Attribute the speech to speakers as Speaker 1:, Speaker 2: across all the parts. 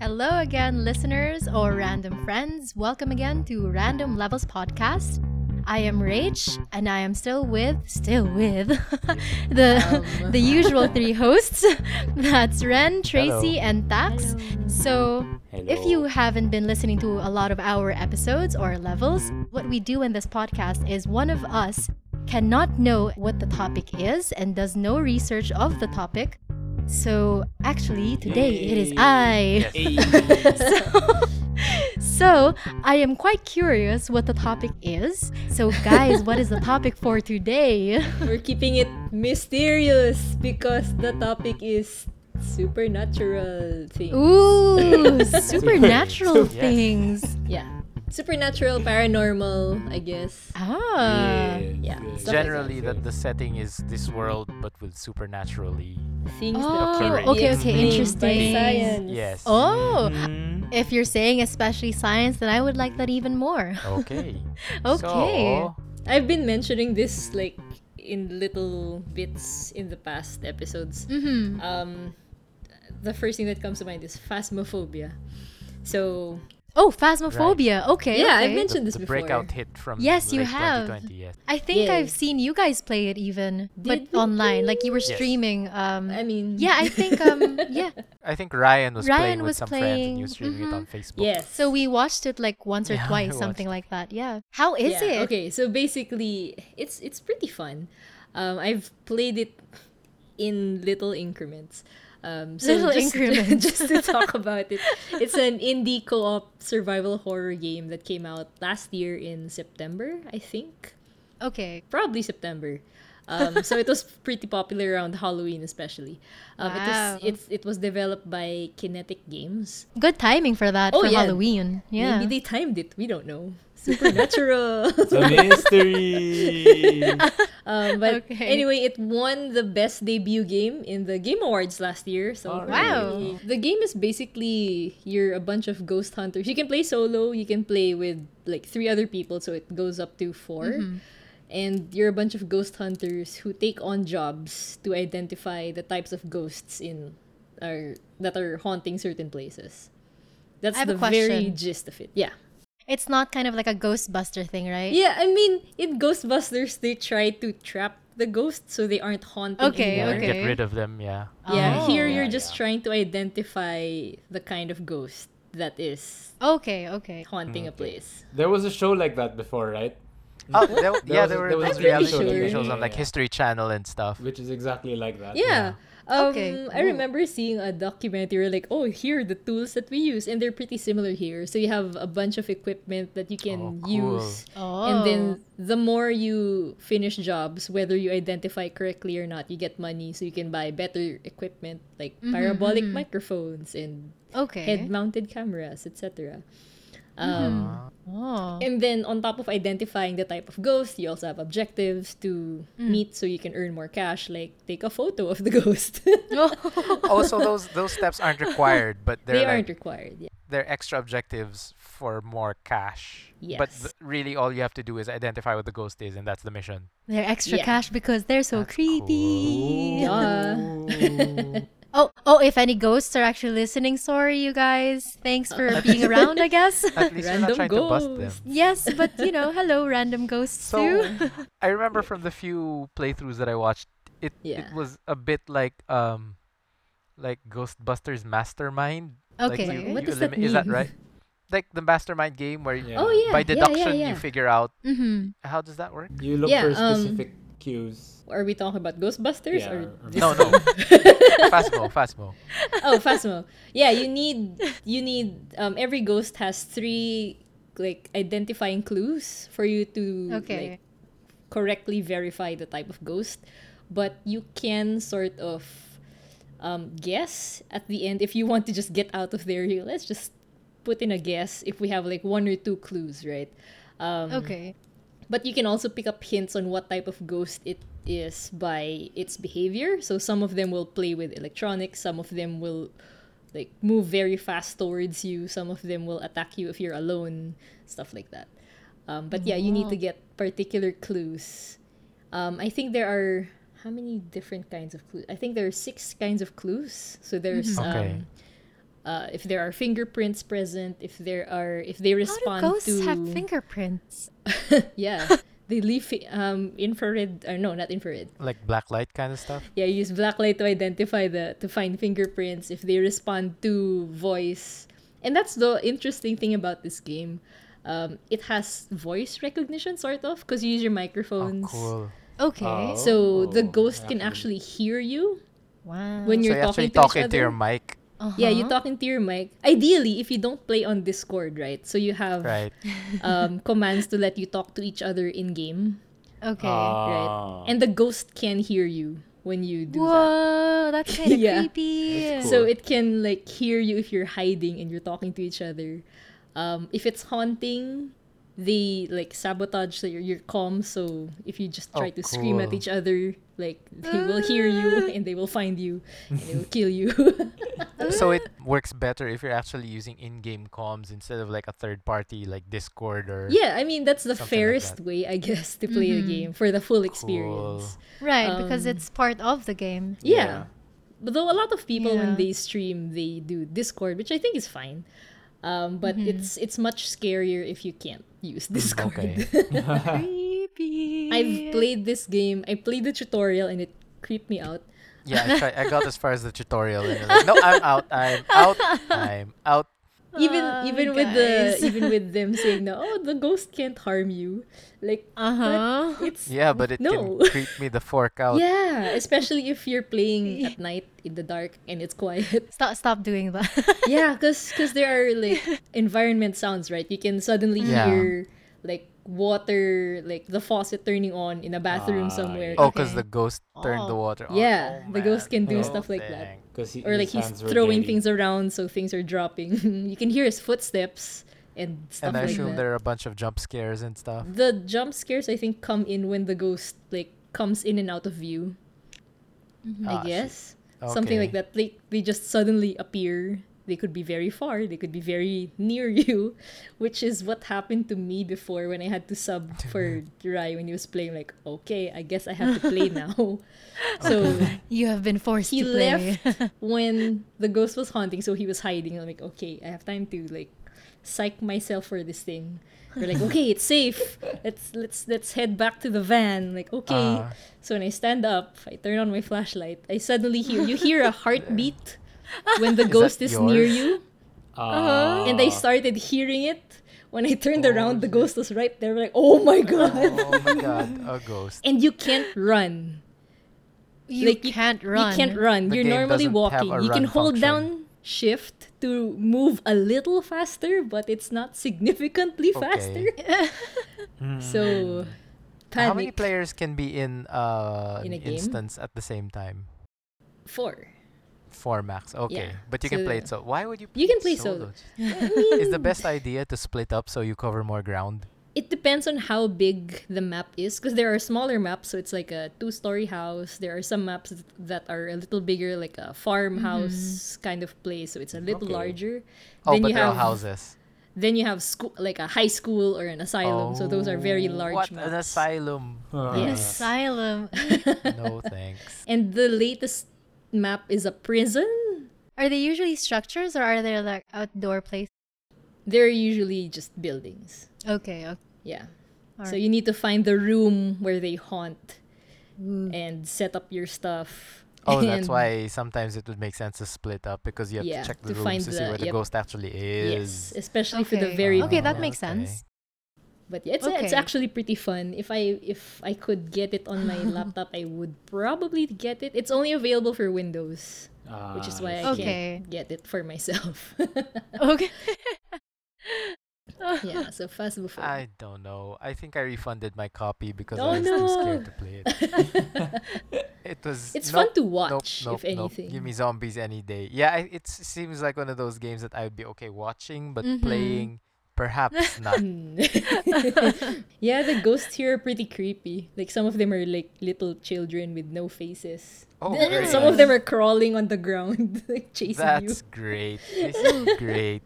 Speaker 1: Hello again, listeners or random friends. Welcome again to Random Levels Podcast. I am Rach, and I am still with, still with, the
Speaker 2: Um.
Speaker 1: the usual three hosts. That's Ren, Tracy, and Tax. So, if you haven't been listening to a lot of our episodes or levels, what we do in this podcast is one of us cannot know what the topic is and does no research of the topic. So, actually, today it is
Speaker 3: Yay.
Speaker 1: I.
Speaker 3: Yes.
Speaker 1: so, so I am quite curious what the topic is. So, guys, what is the topic for today?
Speaker 2: We're keeping it mysterious because the topic is supernatural thing.
Speaker 1: Ooh, supernatural
Speaker 3: Yes.
Speaker 1: things.
Speaker 2: Yeah. Supernatural, paranormal, I guess.
Speaker 1: Ah,
Speaker 2: Uh, yeah, stuff like
Speaker 3: Generally,
Speaker 2: that.
Speaker 3: that the setting is this world, but with supernaturally.
Speaker 2: Things
Speaker 1: Oh,
Speaker 2: that can't
Speaker 1: okay,
Speaker 2: be
Speaker 1: okay,
Speaker 2: explained
Speaker 1: interesting.
Speaker 2: By science.
Speaker 3: Yes.
Speaker 1: Oh.
Speaker 3: Mhm.
Speaker 1: if you're saying especially science, then I would like that even more.
Speaker 3: Okay.
Speaker 1: Okay.
Speaker 3: So,
Speaker 2: I've been mentioning this like in little bits in the past episodes.
Speaker 1: Mm-hmm.
Speaker 2: Um, the first thing that comes to mind is phasmophobia. So
Speaker 1: Oh, phasmophobia. Okay.
Speaker 2: yeah,
Speaker 1: okay.
Speaker 2: I've mentioned this
Speaker 3: the, the
Speaker 2: before.
Speaker 3: breakout hit from
Speaker 1: Yes, you
Speaker 3: late
Speaker 1: have.
Speaker 3: 2020. Yes.
Speaker 1: I think
Speaker 2: Yeah.
Speaker 1: I've seen you guys play it even,
Speaker 2: Did
Speaker 1: but
Speaker 2: we?
Speaker 1: online, like you were
Speaker 3: Yes.
Speaker 1: streaming. Um,
Speaker 2: I mean,
Speaker 1: yeah, I think. Um, yeah.
Speaker 3: I think Ryan was
Speaker 1: Ryan
Speaker 3: playing
Speaker 1: was
Speaker 3: with some friends and
Speaker 1: playing-
Speaker 3: you were streaming it on Facebook.
Speaker 2: Mm-hmm. Yes.
Speaker 1: So we watched it like once or
Speaker 3: Yeah,
Speaker 1: twice,
Speaker 3: I
Speaker 1: something like
Speaker 3: watched
Speaker 1: that. Yeah. How is it?
Speaker 2: Yeah, Okay, so basically, it's it's pretty fun. Um, I've played it in little increments. Um, so
Speaker 1: Little
Speaker 2: just,
Speaker 1: increments.
Speaker 2: just to talk about it, it's an indie co-op survival horror game that came out last year in September, I think,
Speaker 1: Okay.
Speaker 2: probably September. Um, so it was pretty popular around Halloween, especially. Um,
Speaker 1: Wow.
Speaker 2: It was it's, it was developed by Kinetic Games.
Speaker 1: Good timing for that
Speaker 2: Oh,
Speaker 1: for
Speaker 2: yeah.
Speaker 1: Halloween. Yeah.
Speaker 2: Maybe they timed it. We don't know. Supernatural.
Speaker 4: a mystery.
Speaker 2: Um, but
Speaker 1: Okay.
Speaker 2: anyway, it won the best debut game in the Game Awards last year. So
Speaker 4: Alright.
Speaker 1: Wow.
Speaker 2: the game is basically you're a bunch of ghost hunters. You can play solo. You can play with like three other people, so it goes up to 4
Speaker 1: Mm-hmm.
Speaker 2: And you're a bunch of ghost hunters who take on jobs to identify the types of ghosts in or that are haunting certain places. That's
Speaker 1: I have
Speaker 2: the
Speaker 1: a
Speaker 2: very
Speaker 1: question.
Speaker 2: gist of it. Yeah.
Speaker 1: It's not kind of like a Ghostbuster thing, right?
Speaker 2: Yeah, I mean, in Ghostbusters, they try to trap the ghosts so they aren't haunted.
Speaker 1: Okay,
Speaker 3: Yeah,
Speaker 2: anymore.
Speaker 3: and
Speaker 1: okay.
Speaker 3: Get rid of them, yeah.
Speaker 2: Yeah,
Speaker 1: Oh.
Speaker 2: here
Speaker 4: Yeah,
Speaker 2: you're just
Speaker 4: yeah.
Speaker 2: trying to identify the kind of ghost that is
Speaker 1: Okay. Okay.
Speaker 2: haunting a place.
Speaker 4: there was a show like that before, right?
Speaker 3: Oh, there, yeah,
Speaker 4: was-
Speaker 3: there were
Speaker 4: there was
Speaker 3: those
Speaker 2: a reality
Speaker 3: reality
Speaker 2: show that
Speaker 3: TV
Speaker 2: we
Speaker 3: shows
Speaker 4: did.
Speaker 3: on like
Speaker 4: Yeah.
Speaker 3: History Channel and stuff.
Speaker 4: Which is exactly like that.
Speaker 2: Yeah. Um,
Speaker 1: Okay,
Speaker 2: I remember seeing a documentary where like, oh, here are the tools that we use, and they're pretty similar here. So you have a bunch of equipment that you can
Speaker 3: Oh, cool.
Speaker 2: use,
Speaker 1: Oh.
Speaker 2: and then the more you finish jobs, whether you identify correctly or not, you get money, so you can buy better equipment like parabolic microphones and
Speaker 1: Oh, okay.
Speaker 2: head-mounted cameras, etc. Um,
Speaker 1: oh.
Speaker 2: And then on top of identifying the type of ghost, you also have objectives to meet so you can earn more cash, like take a photo of the ghost.
Speaker 3: also, Oh, those those steps aren't required, but they're
Speaker 2: they aren't
Speaker 3: like
Speaker 2: required. Yeah.
Speaker 3: they're extra objectives for more cash. But
Speaker 2: Yes.
Speaker 3: th- really, all you have to do is identify what the ghost is, and that's the mission.
Speaker 1: They're extra
Speaker 2: Yeah.
Speaker 1: cash because they're so
Speaker 3: That's
Speaker 1: creepy.
Speaker 2: Yeah.
Speaker 1: Oh, oh, if any ghosts are actually listening, sorry, you guys. Thanks
Speaker 3: Uh,
Speaker 1: for being around, I guess.
Speaker 3: At least you're not
Speaker 2: Random
Speaker 3: trying to
Speaker 2: ghost.
Speaker 3: bust them.
Speaker 1: yes, but you know, hello, random ghosts too.
Speaker 3: So I remember from the few playthroughs that I watched, it
Speaker 2: Yeah.
Speaker 3: it was a bit like um, like Ghostbusters Mastermind. Like
Speaker 1: Okay.
Speaker 3: you,
Speaker 2: What
Speaker 3: you
Speaker 2: does that
Speaker 3: elimi- Is that
Speaker 2: mean?
Speaker 3: right? Like the Mastermind game where you,
Speaker 4: Yeah.
Speaker 2: Oh yeah.
Speaker 3: by
Speaker 2: yeah, yeah,
Speaker 3: deduction
Speaker 2: yeah.
Speaker 3: you figure out
Speaker 1: Mm-hmm.
Speaker 3: how does that work?
Speaker 4: You look
Speaker 2: Yeah,
Speaker 4: for
Speaker 2: um,
Speaker 4: specific cues.
Speaker 2: Are we talking about Ghostbusters
Speaker 4: Yeah,
Speaker 2: or
Speaker 4: or- or-
Speaker 3: No, no. Fasmo, Fasmo.
Speaker 2: oh Phasmo? Yeah, you need you need um every ghost has three like identifying clues for you to
Speaker 1: Okay.
Speaker 2: like, correctly verify the type of ghost, but you can sort of um, guess at the end if you want to just get out of there. You let's just put in a guess if we have like one or two clues, right? Um,
Speaker 1: okay.
Speaker 2: But you can also pick up hints on what type of ghost it is by its behavior. So some of them will play with electronics, some of them will like move very fast towards you, some of them will attack you if you're alone, stuff like that. Um, but yeah, you need to get particular clues. Um, I think there are
Speaker 1: Mm-hmm.
Speaker 2: how many different kinds of clues? I think there are six kinds of clues. So there's
Speaker 3: Okay.
Speaker 2: um, uh, if there are fingerprints present, if there are if they
Speaker 1: How
Speaker 2: respond
Speaker 1: do ghosts
Speaker 2: to
Speaker 1: have fingerprints?
Speaker 2: yeah, they leave fi- um infrared or no, not infrared.
Speaker 3: Like black light kind of stuff.
Speaker 2: Yeah, you use blacklight to identify the to find fingerprints if they respond to voice. And that's the interesting thing about this game. Um, it has voice recognition sort of because you use your
Speaker 3: Oh,
Speaker 2: microphones.
Speaker 3: cool.
Speaker 1: Okay.
Speaker 4: Oh.
Speaker 2: So the
Speaker 4: Oh,
Speaker 2: ghost can
Speaker 4: yeah.
Speaker 2: actually hear you
Speaker 1: wow. Uh-huh.
Speaker 2: when
Speaker 3: so
Speaker 2: you're
Speaker 3: you
Speaker 2: talking
Speaker 3: actually
Speaker 2: to
Speaker 3: talk
Speaker 2: each
Speaker 3: into
Speaker 2: other.
Speaker 3: your mic,
Speaker 2: Yeah, you talk into your mic. Ideally, if you don't play on Discord, right? So you have
Speaker 3: right?
Speaker 2: um, commands to let you talk to each other in game,
Speaker 1: Okay.
Speaker 4: Ah.
Speaker 2: right? And the ghost can hear you when you do that.
Speaker 1: Whoa, that's kind of
Speaker 2: Yeah.
Speaker 1: creepy.
Speaker 4: That's cool.
Speaker 2: So it can like hear you if you're hiding and you're talking to each other. Um, if it's haunting, they like sabotage your, your comms. So if you just try
Speaker 3: Oh,
Speaker 2: to scream at
Speaker 3: cool.
Speaker 2: each other, like they will hear you and they will find you and they will kill you. Oh.
Speaker 3: so it works better if you're actually using in-game comms instead of like a third party like Discord or
Speaker 2: yeah, I mean that's the
Speaker 3: Something like
Speaker 2: fairest
Speaker 3: that.
Speaker 2: way I guess to play the game for the full experience.
Speaker 1: Right,
Speaker 2: Um,
Speaker 1: because it's part of the game.
Speaker 2: Yeah. But though a lot of people when
Speaker 1: Yeah.
Speaker 2: they stream they do Discord, which I think is fine. Um, but it's it's much scarier if you can't use Discord.
Speaker 3: Mm, okay.
Speaker 1: Creepy.
Speaker 2: I've played this game. I played the tutorial and it creeped me out.
Speaker 3: Yeah, I, tried, I got as far as the tutorial and you're like, no, I'm out, I'm out, I'm out.
Speaker 2: Even
Speaker 1: Oh,
Speaker 2: even with the
Speaker 1: guys.
Speaker 2: even with them saying no, oh the ghost can't harm you. Like
Speaker 1: Uh huh.
Speaker 2: it's
Speaker 3: Yeah, but it
Speaker 2: No.
Speaker 3: can creep me the fork out.
Speaker 2: yeah, especially if you're playing at night in the dark and it's quiet.
Speaker 1: Stop, stop doing that.
Speaker 2: yeah, because there are like environment sounds, right? You can suddenly
Speaker 3: Yeah.
Speaker 2: hear like water, like the faucet turning on in a bathroom
Speaker 4: Ah,
Speaker 2: somewhere.
Speaker 3: Oh, because
Speaker 1: Okay.
Speaker 3: the ghost turned the
Speaker 1: Oh.
Speaker 3: water on.
Speaker 2: Yeah,
Speaker 3: Oh,
Speaker 2: the ghost
Speaker 3: man.
Speaker 2: can do
Speaker 3: Oh,
Speaker 2: stuff like that.
Speaker 3: dang.
Speaker 4: Because he,
Speaker 2: Or like
Speaker 4: his
Speaker 2: he's
Speaker 4: hands were
Speaker 2: throwing
Speaker 4: dirty.
Speaker 2: things around so things are dropping. you can hear his footsteps and stuff
Speaker 3: And I
Speaker 2: like
Speaker 3: assume
Speaker 2: that.
Speaker 3: there are a bunch of jump scares and stuff.
Speaker 2: The jump scares I think come in when the ghost like comes in and out of view.
Speaker 3: Ah,
Speaker 2: Mm-hmm, I
Speaker 3: shit.
Speaker 2: guess. Something like
Speaker 3: Okay.
Speaker 2: that. Like they just suddenly appear. They could be very far, they could be very near you, which is what happened to me before when I had to sub for Rai when he was playing like, okay, I guess I have to play now. so
Speaker 1: you have been forced
Speaker 2: he
Speaker 1: to play.
Speaker 2: left when the ghost was haunting, so he was hiding. I'm like, okay, I have time to like psych myself for this thing. We're like, okay, it's safe. Let's let's let's head back to the van. Like, okay.
Speaker 3: Ah.
Speaker 2: So when I stand up, I turn on my flashlight. I suddenly hear you hear a heartbeat when the
Speaker 3: Is
Speaker 2: ghost is
Speaker 3: that
Speaker 2: near
Speaker 3: yours?
Speaker 2: you,
Speaker 4: Ah.
Speaker 2: and I started hearing it. When I turned around, the ghost was right there. We're like, oh my god!
Speaker 3: Oh my god, a ghost.
Speaker 2: And you can't run.
Speaker 1: You
Speaker 2: Like, you-
Speaker 1: can't run.
Speaker 2: You can't run.
Speaker 3: The
Speaker 2: You're
Speaker 3: game
Speaker 2: normally
Speaker 3: doesn't
Speaker 2: walking.
Speaker 3: have a
Speaker 2: You can
Speaker 3: run
Speaker 2: hold
Speaker 3: function.
Speaker 2: down shift to move a little faster, but it's not significantly
Speaker 3: Okay. Hmm.
Speaker 2: faster. so panic
Speaker 3: How many players can be in uh,
Speaker 2: In a
Speaker 3: an
Speaker 2: game?
Speaker 3: instance at the same time?
Speaker 2: four.
Speaker 3: Four max. Okay, but you can
Speaker 2: so-
Speaker 3: play it so. Why would you?
Speaker 2: You can play solo.
Speaker 3: Is the best idea to split up so you cover more ground?
Speaker 2: It depends on how big the map is, because there are smaller maps, so it's like a two-story house. There are some maps th- that are a little bigger, like a farmhouse kind of place, so it's a little
Speaker 4: Okay.
Speaker 2: larger.
Speaker 3: Oh,
Speaker 2: Then
Speaker 3: but
Speaker 2: you
Speaker 3: there are
Speaker 2: have-
Speaker 3: houses.
Speaker 2: Then you have school, like a high school or an asylum. so those are very
Speaker 3: Oh,
Speaker 2: large
Speaker 3: What
Speaker 2: maps.
Speaker 3: an asylum!
Speaker 4: Ah.
Speaker 1: An
Speaker 2: Yes.
Speaker 1: Asylum.
Speaker 3: no thanks.
Speaker 2: And the latest map is a prison.
Speaker 1: Are they usually structures or are they like outdoor places?
Speaker 2: They're usually just buildings.
Speaker 1: Okay. okay.
Speaker 2: Yeah. So
Speaker 1: Alright.
Speaker 2: you need to find the room where they haunt
Speaker 1: Ooh.
Speaker 2: and set up your stuff.
Speaker 3: Oh, that's
Speaker 2: and-
Speaker 3: why sometimes it would make sense to split up because you have
Speaker 2: Yeah,
Speaker 3: to check the
Speaker 2: to
Speaker 3: rooms
Speaker 2: find
Speaker 3: to see
Speaker 2: the-
Speaker 3: where the
Speaker 2: yep.
Speaker 3: ghost actually
Speaker 2: Yes,
Speaker 3: is. Oh,
Speaker 2: especially for the
Speaker 1: Okay.
Speaker 2: very
Speaker 1: Okay,
Speaker 2: big
Speaker 1: that
Speaker 2: map.
Speaker 1: makes
Speaker 3: Okay.
Speaker 1: sense.
Speaker 2: But yeah, it's, it's
Speaker 1: Okay.
Speaker 2: actually pretty fun. If I if I could get it on my laptop, I would probably get it. It's only available for Windows,
Speaker 4: Ah,
Speaker 2: which is why I
Speaker 4: see.
Speaker 1: Okay.
Speaker 2: can't get it for myself.
Speaker 1: Okay.
Speaker 2: yeah, so fast before.
Speaker 3: I don't know. I think I refunded my copy because
Speaker 2: Oh,
Speaker 3: I was too
Speaker 2: no.
Speaker 3: scared to play it. it was.
Speaker 2: It's
Speaker 3: nope,
Speaker 2: fun to
Speaker 3: nope,
Speaker 2: watch,
Speaker 3: nope,
Speaker 2: if
Speaker 3: nope.
Speaker 2: anything.
Speaker 3: Give me zombies any day. Yeah, I, it seems like one of those games that I would be okay watching, but
Speaker 2: Mm-hmm.
Speaker 1: Mhm.
Speaker 3: playing perhaps not.
Speaker 2: Mm. yeah, the ghosts here are pretty creepy. Like some of them are like little children with no faces.
Speaker 3: Oh,
Speaker 2: And
Speaker 3: great.
Speaker 2: some of them are crawling on the ground, like chasing
Speaker 3: That's great. This is great.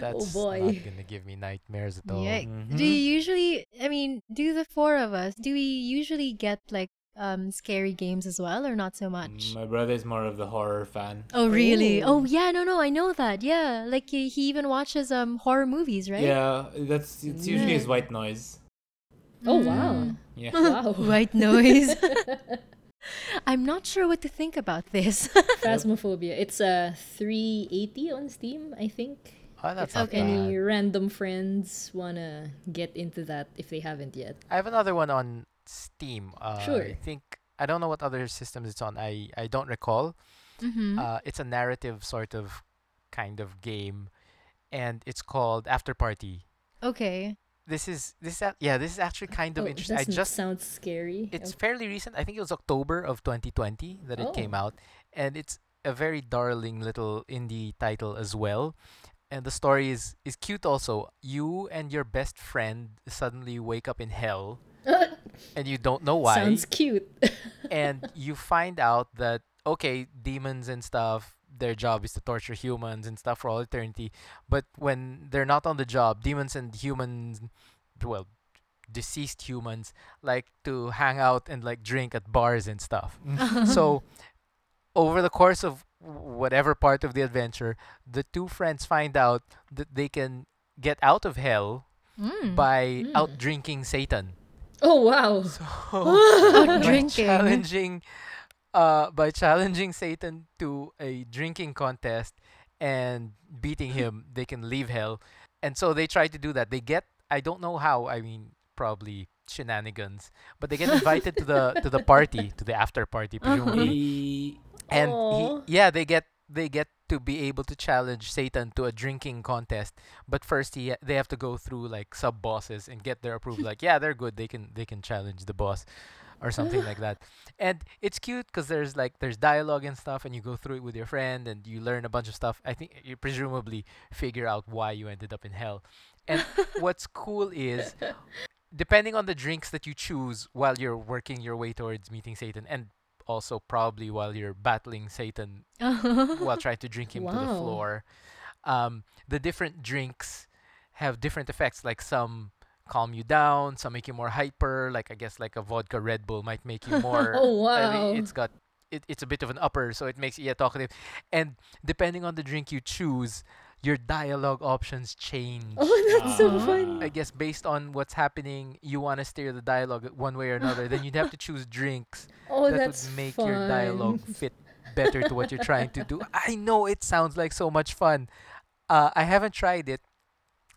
Speaker 3: That's
Speaker 2: Oh, boy.
Speaker 3: not gonna give me nightmares at all.
Speaker 4: Mm-hmm.
Speaker 1: Yeah. Do you usually, I mean, do the four of us, do we usually get like um, scary games as well, or not so much?
Speaker 4: My brother is more of the horror fan.
Speaker 1: Oh really? Oh yeah, no, no, I know that. Yeah, like he, he even watches um horror movies, right?
Speaker 4: Yeah, that's it's usually his white noise.
Speaker 2: Oh
Speaker 4: Mm.
Speaker 2: wow.
Speaker 4: Yeah.
Speaker 2: Wow.
Speaker 1: White noise. I'm not sure what to think about this.
Speaker 2: Phasmophobia. It's a uh, 380 on Steam, I think.
Speaker 3: Oh, that's
Speaker 2: if
Speaker 3: not
Speaker 2: any
Speaker 3: bad.
Speaker 2: random friends wanna get into that if they haven't yet.
Speaker 3: I have another one on Steam. Uh,
Speaker 2: Sure.
Speaker 3: I think I don't know what other systems it's on. I I don't recall.
Speaker 1: Mhm.
Speaker 2: Mm-hmm.
Speaker 3: Uh, it's a narrative sort of kind of game, and it's called After Party.
Speaker 1: okay.
Speaker 3: This is this a- yeah this is actually kind of
Speaker 2: oh,
Speaker 3: interesting. I
Speaker 2: doesn't
Speaker 3: just
Speaker 2: sound scary.
Speaker 3: it's
Speaker 2: Oh,
Speaker 3: fairly recent. I think it was October of 2020 that it came out, and it's a very darling little indie title as well. And the story is is cute also. You and your best friend suddenly wake up in hell, and you don't know why.
Speaker 2: Oh, sounds cute.
Speaker 3: and you find out that okay, demons and stuff. Their job is to torture humans and stuff for all eternity. But when they're not on the job, demons and humans, well, deceased humans like to hang out and like drink at bars and stuff. so over the course of whatever part of the adventure, the two friends find out that they can get out of hell
Speaker 1: Hmm.
Speaker 3: by out drinking Satan.
Speaker 2: oh wow.
Speaker 1: Out
Speaker 3: by
Speaker 1: drinking.
Speaker 3: challenging uh by challenging Satan to a drinking contest and beating him, they can leave hell. And so they try to do that. They get I don't know how, I mean probably shenanigans, but they get invited to the to the party, to the after party presumably.
Speaker 4: He-
Speaker 3: And
Speaker 2: Aw.
Speaker 3: he, yeah, they get they get to be able to challenge Satan to a drinking contest, but first he, they have to go through like sub bosses and get their approval. like, yeah, they're good. They can they can challenge the boss, or something like that. And it's cute because there's like there's dialogue and stuff, and you go through it with your friend, and you learn a bunch of stuff. I think you presumably figure out why you ended up in hell. And what's cool is depending on the drinks that you choose while you're working your way towards meeting Satan, and also probably while you're battling Satan while trying to drink him to the
Speaker 2: Wow.
Speaker 3: floor, um, the different drinks have different effects. Like some calm you down, some make you more hyper. Like I guess like a vodka Red Bull might make you more.
Speaker 2: Oh,
Speaker 3: I mean,
Speaker 2: wow.
Speaker 3: it's got it, it's a bit of an upper, so it makes you yeah talkative. And depending on the drink you choose, your dialogue options change.
Speaker 2: Oh, that's so fun.
Speaker 3: I guess based on what's happening, you want to steer the dialogue one way or another. then you'd have to choose drinks
Speaker 2: Oh,
Speaker 3: that
Speaker 2: that's
Speaker 3: would make
Speaker 2: fun.
Speaker 3: your dialogue fit better to what you're trying to do. I know it sounds like so much fun. Uh, I haven't tried it.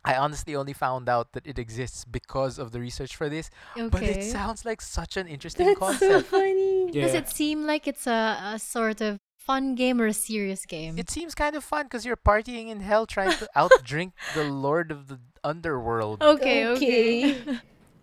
Speaker 3: I honestly only found out that it exists because of the research for this, but
Speaker 1: Okay.
Speaker 3: it sounds like such an interesting
Speaker 2: That's so
Speaker 3: concept.
Speaker 2: funny.
Speaker 4: yeah.
Speaker 1: Does it seem like it's a, a sort of fun game or a serious game?
Speaker 3: It seems kind of fun because you're partying in hell trying to outdrink the lord of the underworld.
Speaker 2: Oh,
Speaker 1: okay, okay.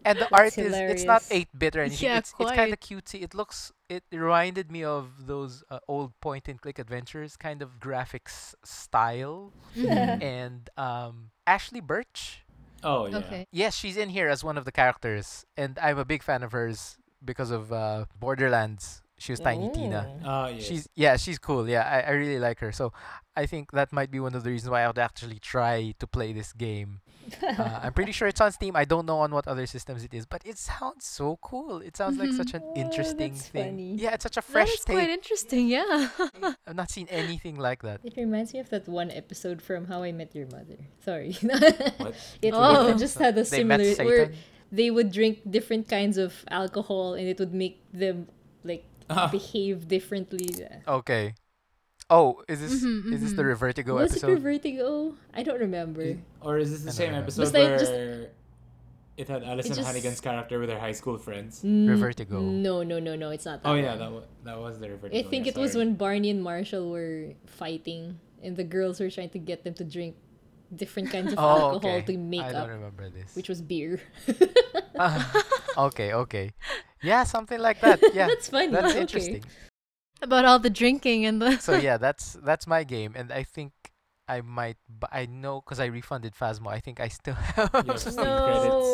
Speaker 3: And the art is it's not
Speaker 2: hilarious.
Speaker 3: eight bit or anything.
Speaker 1: Yeah,
Speaker 3: it's it's kind of cutesy. It looks it reminded me of those uh, old point and click adventures kind of graphics style. and um, Ashley Birch,
Speaker 4: Oh yeah.
Speaker 1: Okay.
Speaker 3: yes, she's in here as one of the characters, and I'm a big fan of hers because of uh, Borderlands. She was Tiny Tina.
Speaker 4: Ah yes.
Speaker 3: She's yeah, she's cool. Yeah, I, I really like her. So I think that might be one of the reasons why I would actually try to play this game. uh, I'm pretty sure it's on Steam. I don't know on what other systems it is, but it sounds so cool. It sounds like such an
Speaker 2: Oh,
Speaker 3: interesting
Speaker 2: that's
Speaker 3: thing.
Speaker 2: funny.
Speaker 3: Yeah, it's such a
Speaker 1: That
Speaker 3: fresh
Speaker 1: is quite
Speaker 3: take.
Speaker 1: interesting, yeah.
Speaker 3: I've not seen anything like that.
Speaker 2: It reminds me of that one episode from How I Met Your Mother. Sorry.
Speaker 4: What?
Speaker 2: It,
Speaker 1: Oh.
Speaker 2: it just had a
Speaker 3: They met
Speaker 2: similar where
Speaker 3: Satan?
Speaker 2: they would drink different kinds of alcohol and it would make them like
Speaker 4: Uh-huh. Ah.
Speaker 2: behave differently.
Speaker 3: Okay. Oh, is this is this the Revertigo
Speaker 2: Mm-hmm, Was it for
Speaker 3: episode?
Speaker 2: Vertigo? I don't remember.
Speaker 4: Or is this the same
Speaker 3: know.
Speaker 2: Was
Speaker 4: episode
Speaker 2: they
Speaker 4: where
Speaker 2: just-
Speaker 4: it had Alison
Speaker 2: just-
Speaker 4: Hannigan's character with her high school friends?
Speaker 2: Mm,
Speaker 3: Revertigo.
Speaker 2: No, no, no, no. It's not that.
Speaker 4: Oh yeah,
Speaker 2: one.
Speaker 4: that was that was the revertigo.
Speaker 2: I think
Speaker 4: yeah,
Speaker 2: it was
Speaker 4: sorry.
Speaker 2: when Barney and Marshall were fighting and the girls were trying to get them to drink different kinds of
Speaker 3: Oh,
Speaker 2: alcohol
Speaker 3: okay.
Speaker 2: to make
Speaker 3: I
Speaker 2: up,
Speaker 3: don't remember this.
Speaker 2: which was beer.
Speaker 3: okay, okay. Yeah, something like that. Yeah.
Speaker 2: That's funny.
Speaker 3: That's
Speaker 2: Okay.
Speaker 3: interesting.
Speaker 1: About all the drinking and the
Speaker 3: So yeah, that's that's my game and I think I might bu- I know cuz I refunded Phasmo. I think I still have
Speaker 4: Yeah,
Speaker 3: some
Speaker 4: Steam credits.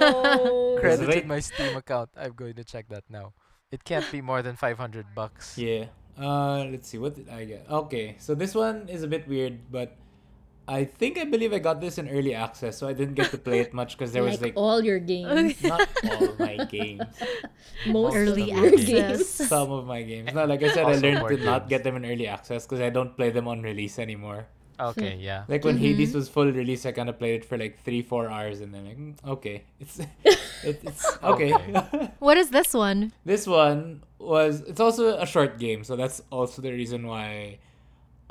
Speaker 2: no.
Speaker 3: credits
Speaker 4: Right.
Speaker 3: in my Steam account. I'm going to check that now. It can't be more than 500 bucks.
Speaker 4: Yeah. Uh, let's see. What did I get? Okay, so this one is a bit weird, but I think I believe I got this in early access, so I didn't get to play it much because there was
Speaker 2: like,
Speaker 4: like
Speaker 2: all your
Speaker 3: Mm.
Speaker 2: games,
Speaker 4: not all my games,
Speaker 2: most
Speaker 1: Early
Speaker 2: of your
Speaker 1: access.
Speaker 2: games.
Speaker 4: some of my games. No, like I said, I
Speaker 3: Also
Speaker 4: learned to
Speaker 3: board
Speaker 4: not
Speaker 3: games.
Speaker 4: get them in early access because I don't play them on release anymore.
Speaker 3: Okay, yeah.
Speaker 4: Like when Hades was full release, I kind of played it for like three, four hours, and then like mm, okay, it's it, it's okay.
Speaker 1: What is this one?
Speaker 4: this one was it's also a short game, so that's also the reason why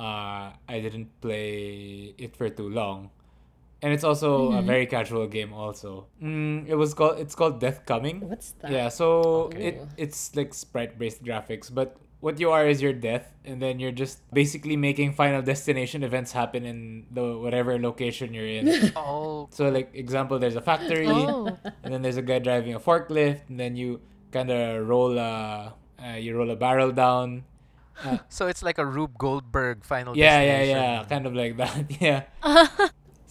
Speaker 4: uh, I didn't play it for too long, and it's also a very casual game. Also, mm, it was called it's called Death Coming.
Speaker 2: What's that?
Speaker 4: Yeah, so it
Speaker 2: Ooh.
Speaker 4: it's like sprite based graphics, but what you are is your death, and then you're just basically making Final Destination events happen in the whatever location you're in.
Speaker 3: Oh,
Speaker 4: so like example, there's a factory,
Speaker 1: Oh.
Speaker 4: and then there's a guy driving a forklift, and then you kind of roll a uh, you roll a barrel down.
Speaker 3: so it's like a Rube Goldberg final
Speaker 4: Yeah, yeah,
Speaker 3: destination.
Speaker 4: yeah, kind of like that. Yeah.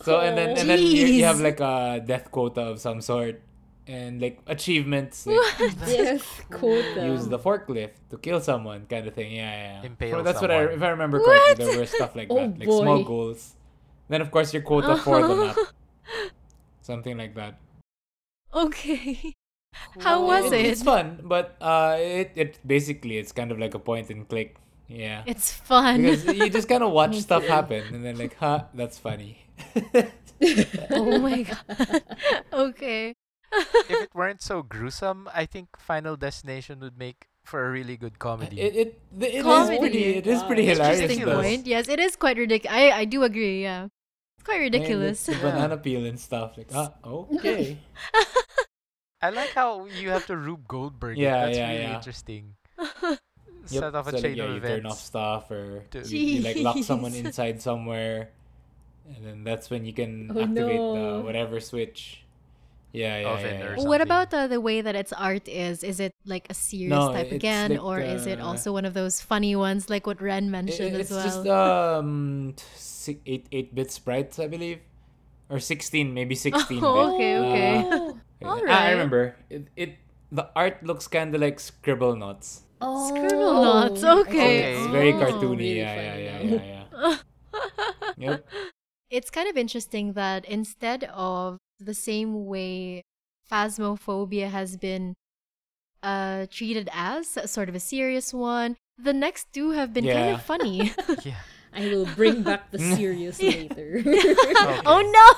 Speaker 4: so and then and then you,
Speaker 1: Jeez.
Speaker 4: you have like a death quota of some sort, and like achievements. Like,
Speaker 2: Death quota.
Speaker 4: use the forklift to kill someone kind of thing. Yeah, yeah. yeah.
Speaker 3: Impale
Speaker 4: Well, that's what I,
Speaker 3: someone.
Speaker 4: if I remember
Speaker 1: What?
Speaker 4: correctly, there were stuff like
Speaker 2: Oh,
Speaker 4: that, like small
Speaker 2: boy.
Speaker 4: goals. Then of course your quota for the map, something like that.
Speaker 1: Okay. How was
Speaker 4: It's
Speaker 1: it?
Speaker 4: fun, but uh, it it basically it's kind of like a point and click. Yeah,
Speaker 1: It's fun.
Speaker 4: because you just kind of watch stuff happen and then like, huh, that's funny.
Speaker 1: oh my god. okay.
Speaker 3: if it weren't so gruesome, I think Final Destination would make for a really good comedy.
Speaker 4: it it it is
Speaker 1: Comedy.
Speaker 4: pretty it is pretty
Speaker 2: Wow.
Speaker 4: hilarious
Speaker 1: Interesting
Speaker 4: though.
Speaker 1: point. Yes, it is quite ridiculous. I, I do agree. Yeah, it's quite
Speaker 4: I mean,
Speaker 1: ridiculous.
Speaker 4: the- the banana peel and stuff like, ah, okay.
Speaker 3: I like how you have to Rube Goldberg. it.
Speaker 4: Yeah,
Speaker 3: that's
Speaker 4: yeah,
Speaker 3: really
Speaker 4: yeah.
Speaker 3: interesting.
Speaker 4: Yep,
Speaker 3: Set off a
Speaker 4: so, like,
Speaker 3: chain
Speaker 4: yeah,
Speaker 3: of
Speaker 4: you
Speaker 3: events.
Speaker 4: turn off stuff or
Speaker 3: To-
Speaker 4: you, you, like lock someone
Speaker 1: Jeez.
Speaker 4: inside somewhere, and then that's when you can
Speaker 2: Oh,
Speaker 4: activate
Speaker 2: no.
Speaker 4: the whatever switch. Yeah, yeah,
Speaker 3: Off
Speaker 4: yeah,
Speaker 3: it or
Speaker 4: yeah.
Speaker 3: something.
Speaker 1: what about uh, the way that its art is? Is it like a serious
Speaker 4: No,
Speaker 1: type
Speaker 4: it's
Speaker 1: again,
Speaker 4: like,
Speaker 1: or is it
Speaker 4: uh,
Speaker 1: also one of those funny ones like what Ren
Speaker 4: I-
Speaker 1: mentioned Oh,
Speaker 4: i-
Speaker 1: as
Speaker 4: it's
Speaker 1: well?
Speaker 4: just um si- eight eight bit sprites, I believe, or sixteen, maybe sixteen. Uh,
Speaker 1: Oh, okay, okay.
Speaker 2: Oh,
Speaker 1: all
Speaker 4: Ah,
Speaker 1: right.
Speaker 4: I remember it. it the art looks kind of like scribble knots.
Speaker 2: oh.
Speaker 1: Scribble knots, okay.
Speaker 4: It's
Speaker 3: Okay.
Speaker 4: very
Speaker 1: Oh.
Speaker 2: Really
Speaker 4: cartoony. yeah, yeah,
Speaker 2: funny
Speaker 4: yeah,
Speaker 2: now.
Speaker 4: yeah, yeah. yep.
Speaker 1: It's kind of interesting that instead of the same way phasmophobia has been uh, treated as sort of a serious one, the next two have been kind
Speaker 4: Yeah.
Speaker 1: of funny.
Speaker 3: Yeah.
Speaker 2: I will bring back the serious later.
Speaker 3: Okay.
Speaker 1: oh no!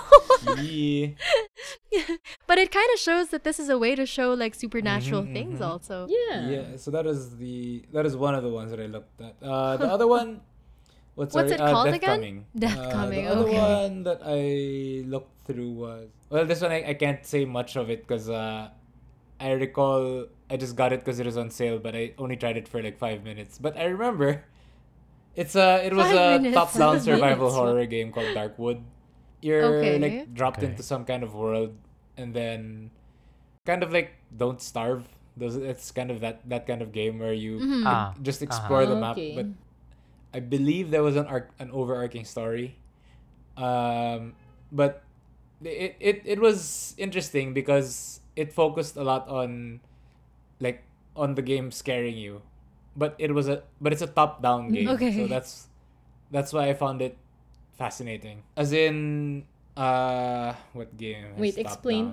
Speaker 4: Yeah.
Speaker 1: but it kind of shows that this is a way to show like supernatural
Speaker 4: Mm-hmm,
Speaker 1: things also
Speaker 2: yeah.
Speaker 4: yeah so that is the that is one of the ones that i looked at uh the other one what's,
Speaker 1: What's
Speaker 4: our-
Speaker 1: it
Speaker 4: uh,
Speaker 1: called
Speaker 4: death
Speaker 1: again?
Speaker 4: coming
Speaker 1: Death
Speaker 4: Uh,
Speaker 1: Coming,
Speaker 4: the other
Speaker 1: okay.
Speaker 4: one that i looked through was well this one i, I can't say much of it because uh i recall i just got it because it was on sale but i only tried it for like five minutes but i remember it's a it was
Speaker 1: Five
Speaker 4: a
Speaker 1: minutes.
Speaker 4: top down
Speaker 1: Five
Speaker 4: survival
Speaker 2: minutes.
Speaker 4: horror game called darkwood you're
Speaker 1: Okay.
Speaker 4: like dropped
Speaker 3: Okay.
Speaker 4: into some kind of world and then kind of like don't starve those it's kind of that that kind of game where you
Speaker 1: Mhm.
Speaker 3: Ah,
Speaker 4: just
Speaker 3: uh-huh.
Speaker 4: explore the map
Speaker 2: Okay.
Speaker 4: but i believe there was an arc an overarching story um but it, it it was interesting because it focused a lot on like on the game scaring you but it was a but it's a
Speaker 2: Mm-hmm.
Speaker 4: top down game
Speaker 1: Okay.
Speaker 4: so that's that's why i found it fascinating as in uh what game
Speaker 2: Wait,
Speaker 4: is
Speaker 2: explain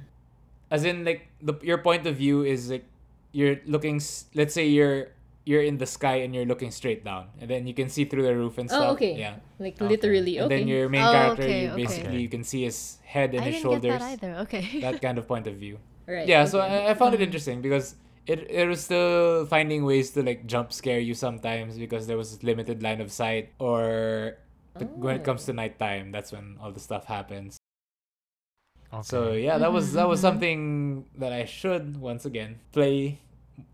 Speaker 2: top down.
Speaker 4: as in like the your point of view is like you're looking s- let's say you're you're in the sky and you're looking straight down and then you can see through the roof and
Speaker 2: Oh,
Speaker 4: stuff
Speaker 2: okay.
Speaker 4: yeah
Speaker 2: Like
Speaker 3: Okay.
Speaker 2: literally.
Speaker 4: and
Speaker 2: okay.
Speaker 4: then your main
Speaker 1: Oh,
Speaker 4: character
Speaker 1: okay,
Speaker 4: you
Speaker 1: okay.
Speaker 4: basically
Speaker 3: Okay.
Speaker 4: you can see his head and
Speaker 1: i
Speaker 4: his
Speaker 1: didn't
Speaker 4: shoulders
Speaker 1: get that either okay
Speaker 4: that kind of point of view
Speaker 2: Right.
Speaker 4: yeah so
Speaker 2: okay.
Speaker 4: I, I
Speaker 1: Um,
Speaker 4: found it interesting because it, it was still finding ways to like jump scare you sometimes because there was limited line of sight or the, when it
Speaker 1: Oh.
Speaker 4: comes to nighttime that's when all the stuff happens
Speaker 3: Okay.
Speaker 4: so yeah, that was that was
Speaker 1: Mm-hmm.
Speaker 4: something that I should once again play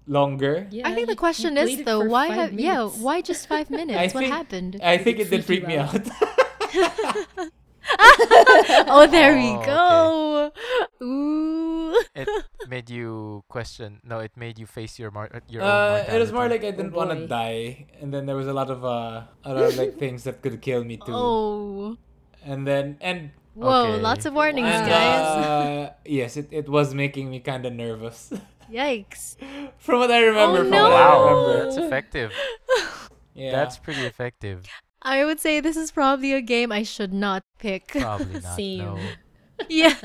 Speaker 4: longer.
Speaker 2: Yeah,
Speaker 1: i think
Speaker 2: you-
Speaker 1: the
Speaker 2: you
Speaker 1: question
Speaker 2: played
Speaker 1: is
Speaker 2: it
Speaker 1: though
Speaker 2: for
Speaker 1: why
Speaker 2: five
Speaker 1: have yeah
Speaker 2: minutes.
Speaker 1: why just five minutes
Speaker 4: I
Speaker 1: what
Speaker 4: think-
Speaker 1: happened
Speaker 4: I think
Speaker 2: it
Speaker 4: it did
Speaker 2: freak
Speaker 4: freak
Speaker 2: you
Speaker 4: me
Speaker 2: out?
Speaker 4: out.
Speaker 1: oh there we
Speaker 3: Oh,
Speaker 1: go ooh
Speaker 3: it made you question. No, it made you face your mar- your own
Speaker 4: uh,
Speaker 3: mortality.
Speaker 4: it was more like I didn't want to
Speaker 2: boy.
Speaker 4: die, and then there was a lot of uh, a lot of like things that could kill me too.
Speaker 1: oh
Speaker 4: And then and
Speaker 1: whoa
Speaker 3: Okay.
Speaker 1: lots of warnings
Speaker 4: and,
Speaker 1: guys
Speaker 4: uh, yes, it, it was making me kind of nervous.
Speaker 1: yikes
Speaker 4: from what I remember,
Speaker 1: Oh,
Speaker 4: from
Speaker 1: no.
Speaker 4: what I
Speaker 3: Wow,
Speaker 4: remember,
Speaker 3: that's effective.
Speaker 4: yeah.
Speaker 3: That's pretty effective.
Speaker 1: I would say this is probably a game I should not pick.
Speaker 3: Probably not.
Speaker 2: Same.
Speaker 3: No.
Speaker 1: yeah.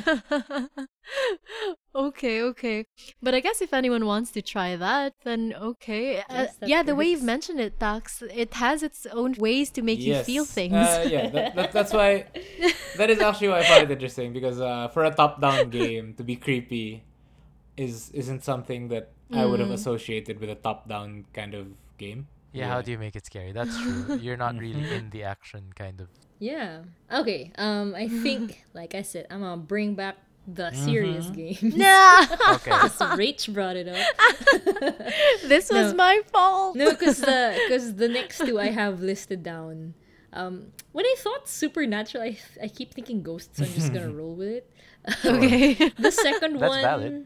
Speaker 1: okay, okay. But I guess if anyone wants to try that, then okay. Uh,
Speaker 2: Yes, that
Speaker 1: yeah, the way you've
Speaker 2: works.
Speaker 1: mentioned it, Tax, it has its own ways to make you feel things.
Speaker 4: Uh, yeah, that, that, that's why. That is actually why I found it interesting because uh, for a top-down game to be creepy, is isn't something that I would have associated with a top-down kind of game.
Speaker 3: Yeah, how do you make it scary? That's true. You're not really in the action, kind of.
Speaker 2: Yeah. Okay. Um, I think, like I said, I'm gonna bring back the
Speaker 3: Mm-hmm.
Speaker 2: serious game.
Speaker 1: Nah,
Speaker 3: Okay.
Speaker 2: Rach brought it up.
Speaker 1: this was
Speaker 2: No.
Speaker 1: my fault.
Speaker 2: No, because the because the next two I have listed down. Um, when I thought supernatural, I, I keep thinking ghosts. So I'm just gonna roll with it.
Speaker 1: Okay.
Speaker 2: The second
Speaker 3: That's
Speaker 2: one,
Speaker 3: valid.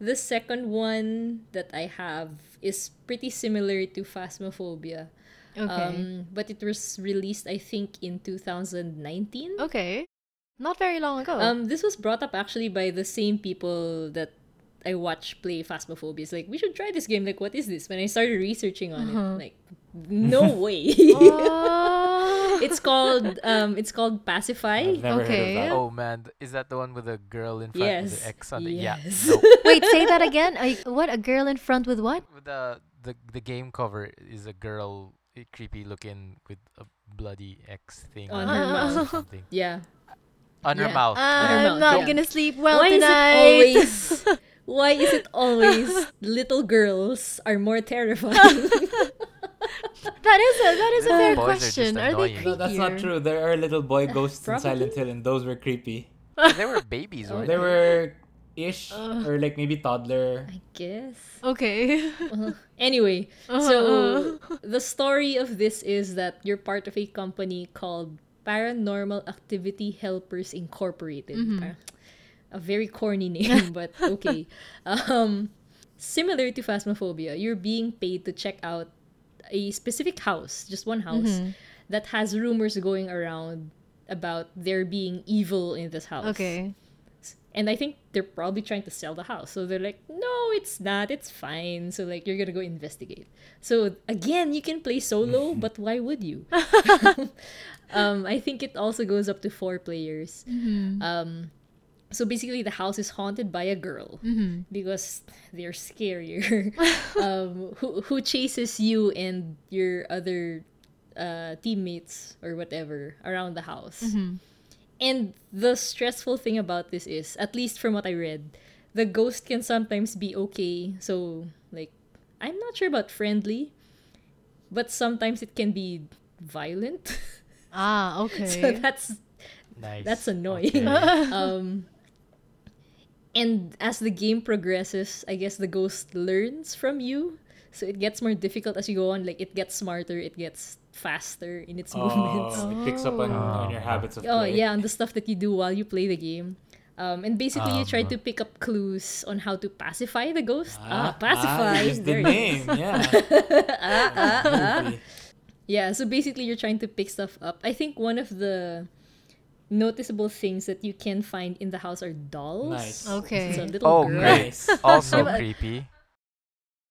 Speaker 2: the second one that I have is pretty similar to Phasmophobia.
Speaker 1: okay.
Speaker 2: Um, but it was released, I think, in 2019.
Speaker 1: okay. Not very long ago.
Speaker 2: Um, this was brought up actually by the same people that I watch play Phasmophobia. It's like we should try this game. Like, what is this? When I started researching on
Speaker 1: Uh-huh.
Speaker 2: it, like, no way.
Speaker 1: Oh.
Speaker 2: it's called um, it's called Pacify.
Speaker 4: I've never
Speaker 1: Okay.
Speaker 4: heard of that.
Speaker 3: Oh man, th- is that the one with the girl in front with
Speaker 2: Yes.
Speaker 3: the X on the
Speaker 2: yes.
Speaker 3: yeah? No.
Speaker 1: Wait, say that again. I, what? A girl in front with what?
Speaker 3: With the the the game cover is a girl eh, creepy looking with a bloody X thing
Speaker 2: On
Speaker 3: her
Speaker 2: her
Speaker 3: mouth or
Speaker 1: mouth.
Speaker 3: something.
Speaker 2: yeah.
Speaker 3: On her
Speaker 2: Uh-huh. Yeah. Uh-huh.
Speaker 3: mouth.
Speaker 2: don't
Speaker 1: Uh, I'm
Speaker 2: know.
Speaker 1: not
Speaker 2: Yeah.
Speaker 1: gonna sleep well
Speaker 2: why
Speaker 1: tonight.
Speaker 2: is it always? why is it always little girls are more terrifying?
Speaker 1: that is a that is a
Speaker 3: Little
Speaker 1: fair
Speaker 3: boys are just
Speaker 1: question. Are, they
Speaker 3: annoying.
Speaker 1: creepier?
Speaker 3: No,
Speaker 4: No, that's not true. There are little boy ghosts in
Speaker 2: probably.
Speaker 4: Silent Hill, and those were creepy.
Speaker 3: they were babies,
Speaker 2: Oh.
Speaker 3: weren't
Speaker 4: They were ish or like maybe toddler.
Speaker 2: I guess.
Speaker 1: Okay.
Speaker 2: Anyway, so the story of this is that you're part of a company called Paranormal Activity Helpers Incorporated. Par- A very corny name, but okay. Um, similar to Phasmophobia, you're being paid to check out a specific house, just one house, that has rumors going around about there being evil in this house.
Speaker 1: Okay.
Speaker 2: And I think they're probably trying to sell the house. So they're like, no, it's not. It's fine. So, like, you're going to go investigate. So, again, you can play solo, but why would you? um, I think it also goes up to four players. Um, so, basically, the house is haunted by a girl because they're scarier, um, who, who chases you and your other uh, teammates or whatever around the house. And the stressful thing about this is, at least from what I read, the ghost can sometimes be okay. So, like, I'm not sure about friendly, but sometimes it can be violent.
Speaker 1: Ah, okay.
Speaker 2: so that's
Speaker 3: they? Nice.
Speaker 2: that's annoying.
Speaker 3: Okay.
Speaker 2: um and as the game progresses, I guess the ghost learns from you. So it gets more difficult as you go on, like it gets smarter, it gets faster in its movements.
Speaker 4: Oh, it picks up on, on your habits of
Speaker 2: Oh
Speaker 4: play.
Speaker 2: yeah, on the stuff that you do while you play the game. Um, and basically, you try
Speaker 3: Um,
Speaker 2: to pick up clues on how to pacify the ghost. Ah,
Speaker 4: Ah,
Speaker 2: pacify.
Speaker 4: ah, it's the
Speaker 2: very
Speaker 4: name, yeah.
Speaker 2: Uh-huh.
Speaker 4: Creepy.
Speaker 2: Ah, Yeah, so basically you're trying to pick stuff up. I think one of the noticeable things that you can find in the house are dolls.
Speaker 4: Nice.
Speaker 1: Okay.
Speaker 2: It's a little
Speaker 3: oh
Speaker 2: girl.
Speaker 3: great.
Speaker 4: Nice.
Speaker 3: Also
Speaker 2: But-
Speaker 3: creepy.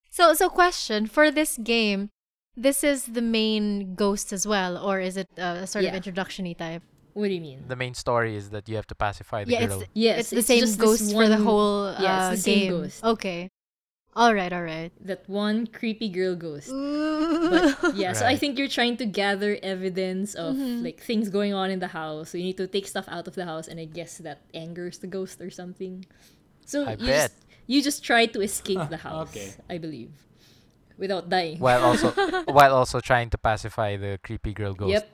Speaker 1: So so question for this game, this is the main ghost as well, or is it uh, a sort of
Speaker 2: Yeah.
Speaker 1: introductiony type?
Speaker 2: What do you mean?
Speaker 3: The main story is that you have to pacify the
Speaker 1: yeah,
Speaker 3: girl.
Speaker 1: it's
Speaker 2: Yes,
Speaker 1: it's the
Speaker 2: it's
Speaker 1: same
Speaker 2: just this
Speaker 1: ghost for the
Speaker 2: one-
Speaker 1: whole uh,
Speaker 2: yeah, it's the same
Speaker 1: game.
Speaker 2: ghost.
Speaker 1: Okay. All right, all right.
Speaker 2: That one creepy girl ghost.
Speaker 1: But,
Speaker 2: Yeah, so I
Speaker 3: Right.
Speaker 2: think you're trying to gather evidence of
Speaker 4: Mm-hmm.
Speaker 2: like things going on in the house. So you need to take stuff out of the house, and I guess that angers the ghost or something. So
Speaker 3: I
Speaker 2: you just
Speaker 3: bet.
Speaker 2: you just try to escape the house.
Speaker 4: Okay.
Speaker 2: I believe, without dying.
Speaker 3: While also while also trying to pacify the creepy girl ghost.
Speaker 2: Yep,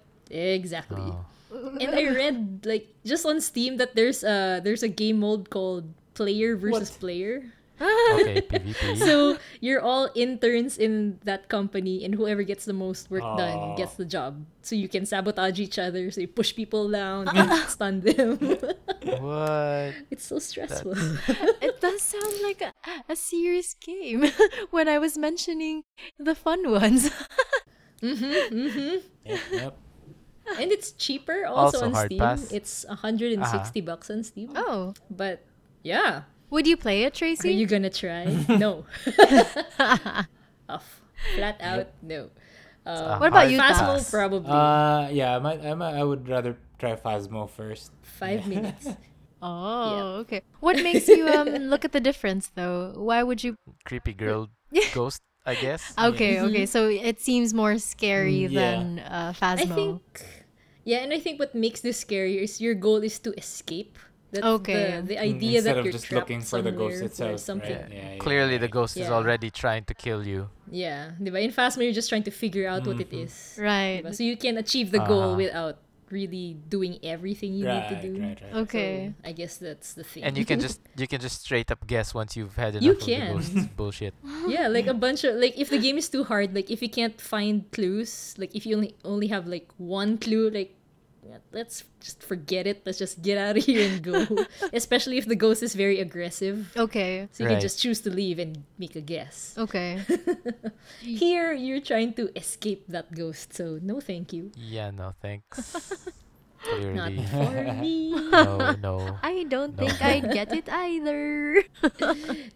Speaker 2: exactly.
Speaker 3: Oh.
Speaker 2: And I read like just on Steam that there's a there's a game mode called player versus
Speaker 4: What?
Speaker 2: player.
Speaker 3: Okay, PvP.
Speaker 2: So you're all interns in that company, and whoever gets the most work done
Speaker 4: Aw.
Speaker 2: gets the job. So you can sabotage each other. So you push people down, you stun them.
Speaker 3: what?
Speaker 2: it's so stressful.
Speaker 1: it does sound like a, a serious game when I was mentioning the fun ones.
Speaker 4: Yep, yep.
Speaker 2: and it's cheaper also,
Speaker 3: Also
Speaker 2: on
Speaker 3: hard
Speaker 2: Steam.
Speaker 3: pass.
Speaker 2: It's 160 bucks on Steam.
Speaker 1: oh,
Speaker 2: But yeah,
Speaker 1: would you play it,
Speaker 2: are
Speaker 1: Tracy?
Speaker 2: you gonna try? no. Off. Flat out, no. Uh,
Speaker 1: What about
Speaker 3: hard
Speaker 1: you,
Speaker 2: Phasmo,
Speaker 1: Tax?
Speaker 2: probably.
Speaker 4: Uh, yeah, I might, I might, I would rather try Phasmo first.
Speaker 2: Five minutes.
Speaker 1: Oh, okay. What makes you um look at the difference though? Why would you?
Speaker 3: Creepy girl
Speaker 1: Yeah.
Speaker 3: ghost, I guess. I mean,
Speaker 1: Okay, okay. So it seems more scary
Speaker 4: Mm, yeah.
Speaker 1: than uh, Phasmo.
Speaker 2: I think. Yeah, and I think what makes this scarier is your goal is to escape. That's
Speaker 1: Okay.
Speaker 2: The, the
Speaker 4: Mm,
Speaker 2: idea
Speaker 4: Instead
Speaker 2: that
Speaker 4: of
Speaker 2: you're
Speaker 4: just
Speaker 2: trapped
Speaker 4: looking for the ghost
Speaker 2: somewhere or
Speaker 4: itself,
Speaker 2: something.
Speaker 4: right? Yeah, yeah,
Speaker 3: Clearly, the
Speaker 4: right.
Speaker 3: ghost is
Speaker 2: Yeah.
Speaker 3: already trying to kill you.
Speaker 2: Yeah, diba? In Phasma, you're just trying to figure out what
Speaker 4: Mm-hmm.
Speaker 2: it is.
Speaker 1: Right.
Speaker 2: Diba? So you can achieve the goal
Speaker 3: Ah.
Speaker 2: without really doing everything you
Speaker 4: Uh-huh. Right,
Speaker 2: need to do.
Speaker 4: right, right.
Speaker 2: So
Speaker 1: Okay.
Speaker 2: I guess that's the thing.
Speaker 3: And you can just you can just straight up guess once you've had enough
Speaker 2: You
Speaker 3: of
Speaker 2: can.
Speaker 3: the ghosts bullshit.
Speaker 2: yeah, like a bunch of like if the game is too hard, like if you can't find clues, like if you only only have like one clue, like yeah, let's just forget it. Let's just get out of here and go. Especially if the ghost is very aggressive.
Speaker 1: Okay.
Speaker 2: So you can
Speaker 3: Right.
Speaker 2: just choose to leave and make a guess.
Speaker 1: Okay.
Speaker 2: Here you're trying to escape that ghost, so no thank you.
Speaker 3: Yeah, no thanks.
Speaker 2: Not
Speaker 3: Clearly,
Speaker 2: for me.
Speaker 3: no, no.
Speaker 1: I don't
Speaker 3: No.
Speaker 1: think I'd get it either.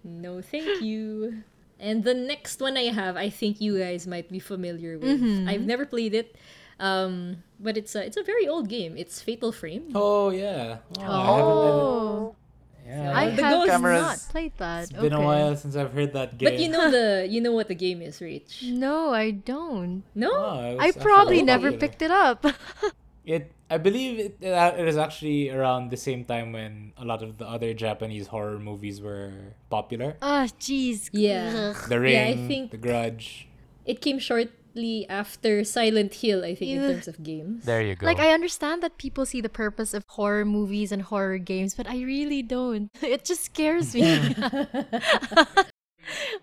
Speaker 2: No, thank you. And the next one I have, I think you guys might be familiar with. I've never played it, um, but it's a it's a very old game. It's Fatal Frame.
Speaker 4: Oh yeah. Oh,
Speaker 1: oh,
Speaker 4: I haven't- yeah.
Speaker 1: I
Speaker 2: The
Speaker 1: have
Speaker 2: ghost
Speaker 1: not
Speaker 4: cameras.
Speaker 1: played that.
Speaker 4: It's
Speaker 1: okay.
Speaker 4: been a while since I've heard that game.
Speaker 2: But you know the you know what the game is, Rich?
Speaker 1: No, I don't.
Speaker 2: No,
Speaker 4: Oh,
Speaker 1: I
Speaker 4: was actually
Speaker 1: probably
Speaker 4: looking
Speaker 1: never
Speaker 4: at
Speaker 1: picked it up.
Speaker 4: It, I believe it, it uh, it is actually around the same time when a lot of the other Japanese horror movies were popular.
Speaker 1: Ah, jeez.
Speaker 2: Yeah.
Speaker 1: Ugh.
Speaker 4: The Ring,
Speaker 2: yeah, I think-
Speaker 4: The Grudge.
Speaker 2: it came shortly after Silent Hill, I think, in
Speaker 1: Ugh.
Speaker 2: terms of games.
Speaker 3: There you go.
Speaker 1: Like I understand that people see the purpose of horror movies and horror games, but I really don't. It just scares me.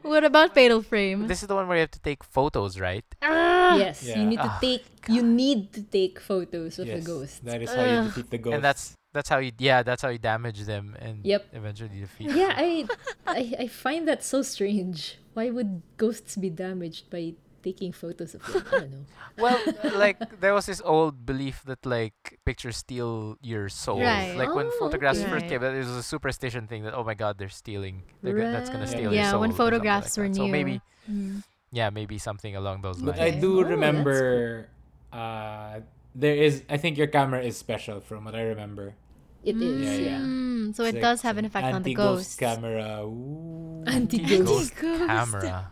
Speaker 1: what about Fatal Frame?
Speaker 3: this is the one where you have to take photos, right?
Speaker 1: Ah!
Speaker 2: Yes,
Speaker 4: Yeah.
Speaker 2: you need to
Speaker 3: Ah,
Speaker 2: take you need to take photos of the
Speaker 4: Yes,
Speaker 2: ghosts.
Speaker 4: that is how you defeat the ghost.
Speaker 3: And that's that's how you yeah that's how you damage them and
Speaker 2: Yep.
Speaker 3: eventually defeat.
Speaker 2: Yeah, I, I I find that so strange. Why would ghosts be damaged by taking photos of them? I don't know.
Speaker 3: Well, like there was this old belief that like pictures steal your soul.
Speaker 1: Right.
Speaker 3: Like when
Speaker 2: Oh,
Speaker 3: photographs first
Speaker 1: okay.
Speaker 3: came out, it was a superstition thing that oh my god, they're stealing. They're go- That's gonna
Speaker 2: Right.
Speaker 3: steal your
Speaker 1: Yeah,
Speaker 3: soul.
Speaker 1: when
Speaker 3: or something
Speaker 1: photographs
Speaker 3: like
Speaker 1: were
Speaker 3: that.
Speaker 1: new.
Speaker 3: So maybe yeah, maybe something along those
Speaker 4: But
Speaker 3: lines.
Speaker 4: I
Speaker 1: Okay.
Speaker 2: Oh,
Speaker 4: do
Speaker 2: that's
Speaker 4: remember. Uh, there is. I think your camera is special, from what I remember.
Speaker 2: It is,
Speaker 4: Yeah,
Speaker 2: yeah.
Speaker 4: yeah.
Speaker 1: Mm, so it
Speaker 4: It's
Speaker 1: does
Speaker 4: like
Speaker 1: have an
Speaker 4: some
Speaker 1: effect on the
Speaker 4: anti-ghost
Speaker 1: ghosts.
Speaker 4: camera. Ooh.
Speaker 2: Anti-ghost.
Speaker 3: Ghost
Speaker 1: Ghost.
Speaker 3: camera.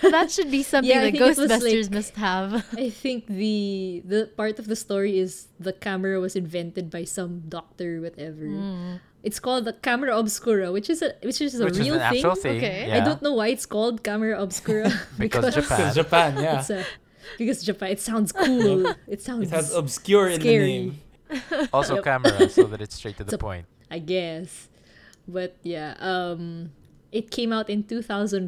Speaker 1: that should be something
Speaker 2: Yeah, I
Speaker 1: that
Speaker 2: think it was
Speaker 1: Ghostbusters
Speaker 2: like-
Speaker 1: must have.
Speaker 2: I think the the part of the story is the camera was invented by some doctor, whatever.
Speaker 4: Mm.
Speaker 2: It's called the camera obscura, which is a which is a
Speaker 3: Which is
Speaker 2: real
Speaker 3: an
Speaker 2: thing.
Speaker 3: actual thing.
Speaker 1: Okay.
Speaker 2: I
Speaker 3: Yeah.
Speaker 2: don't know why it's called camera obscura
Speaker 3: Because Japan.
Speaker 4: Because Japan, yeah.
Speaker 2: It's a, because Japan. It sounds cool. it sounds.
Speaker 4: It has obscure in the
Speaker 2: Scary.
Speaker 4: name.
Speaker 3: Also camera, so that it's straight to the
Speaker 2: a-
Speaker 3: point.
Speaker 2: I guess. But yeah, um it came out in 2001.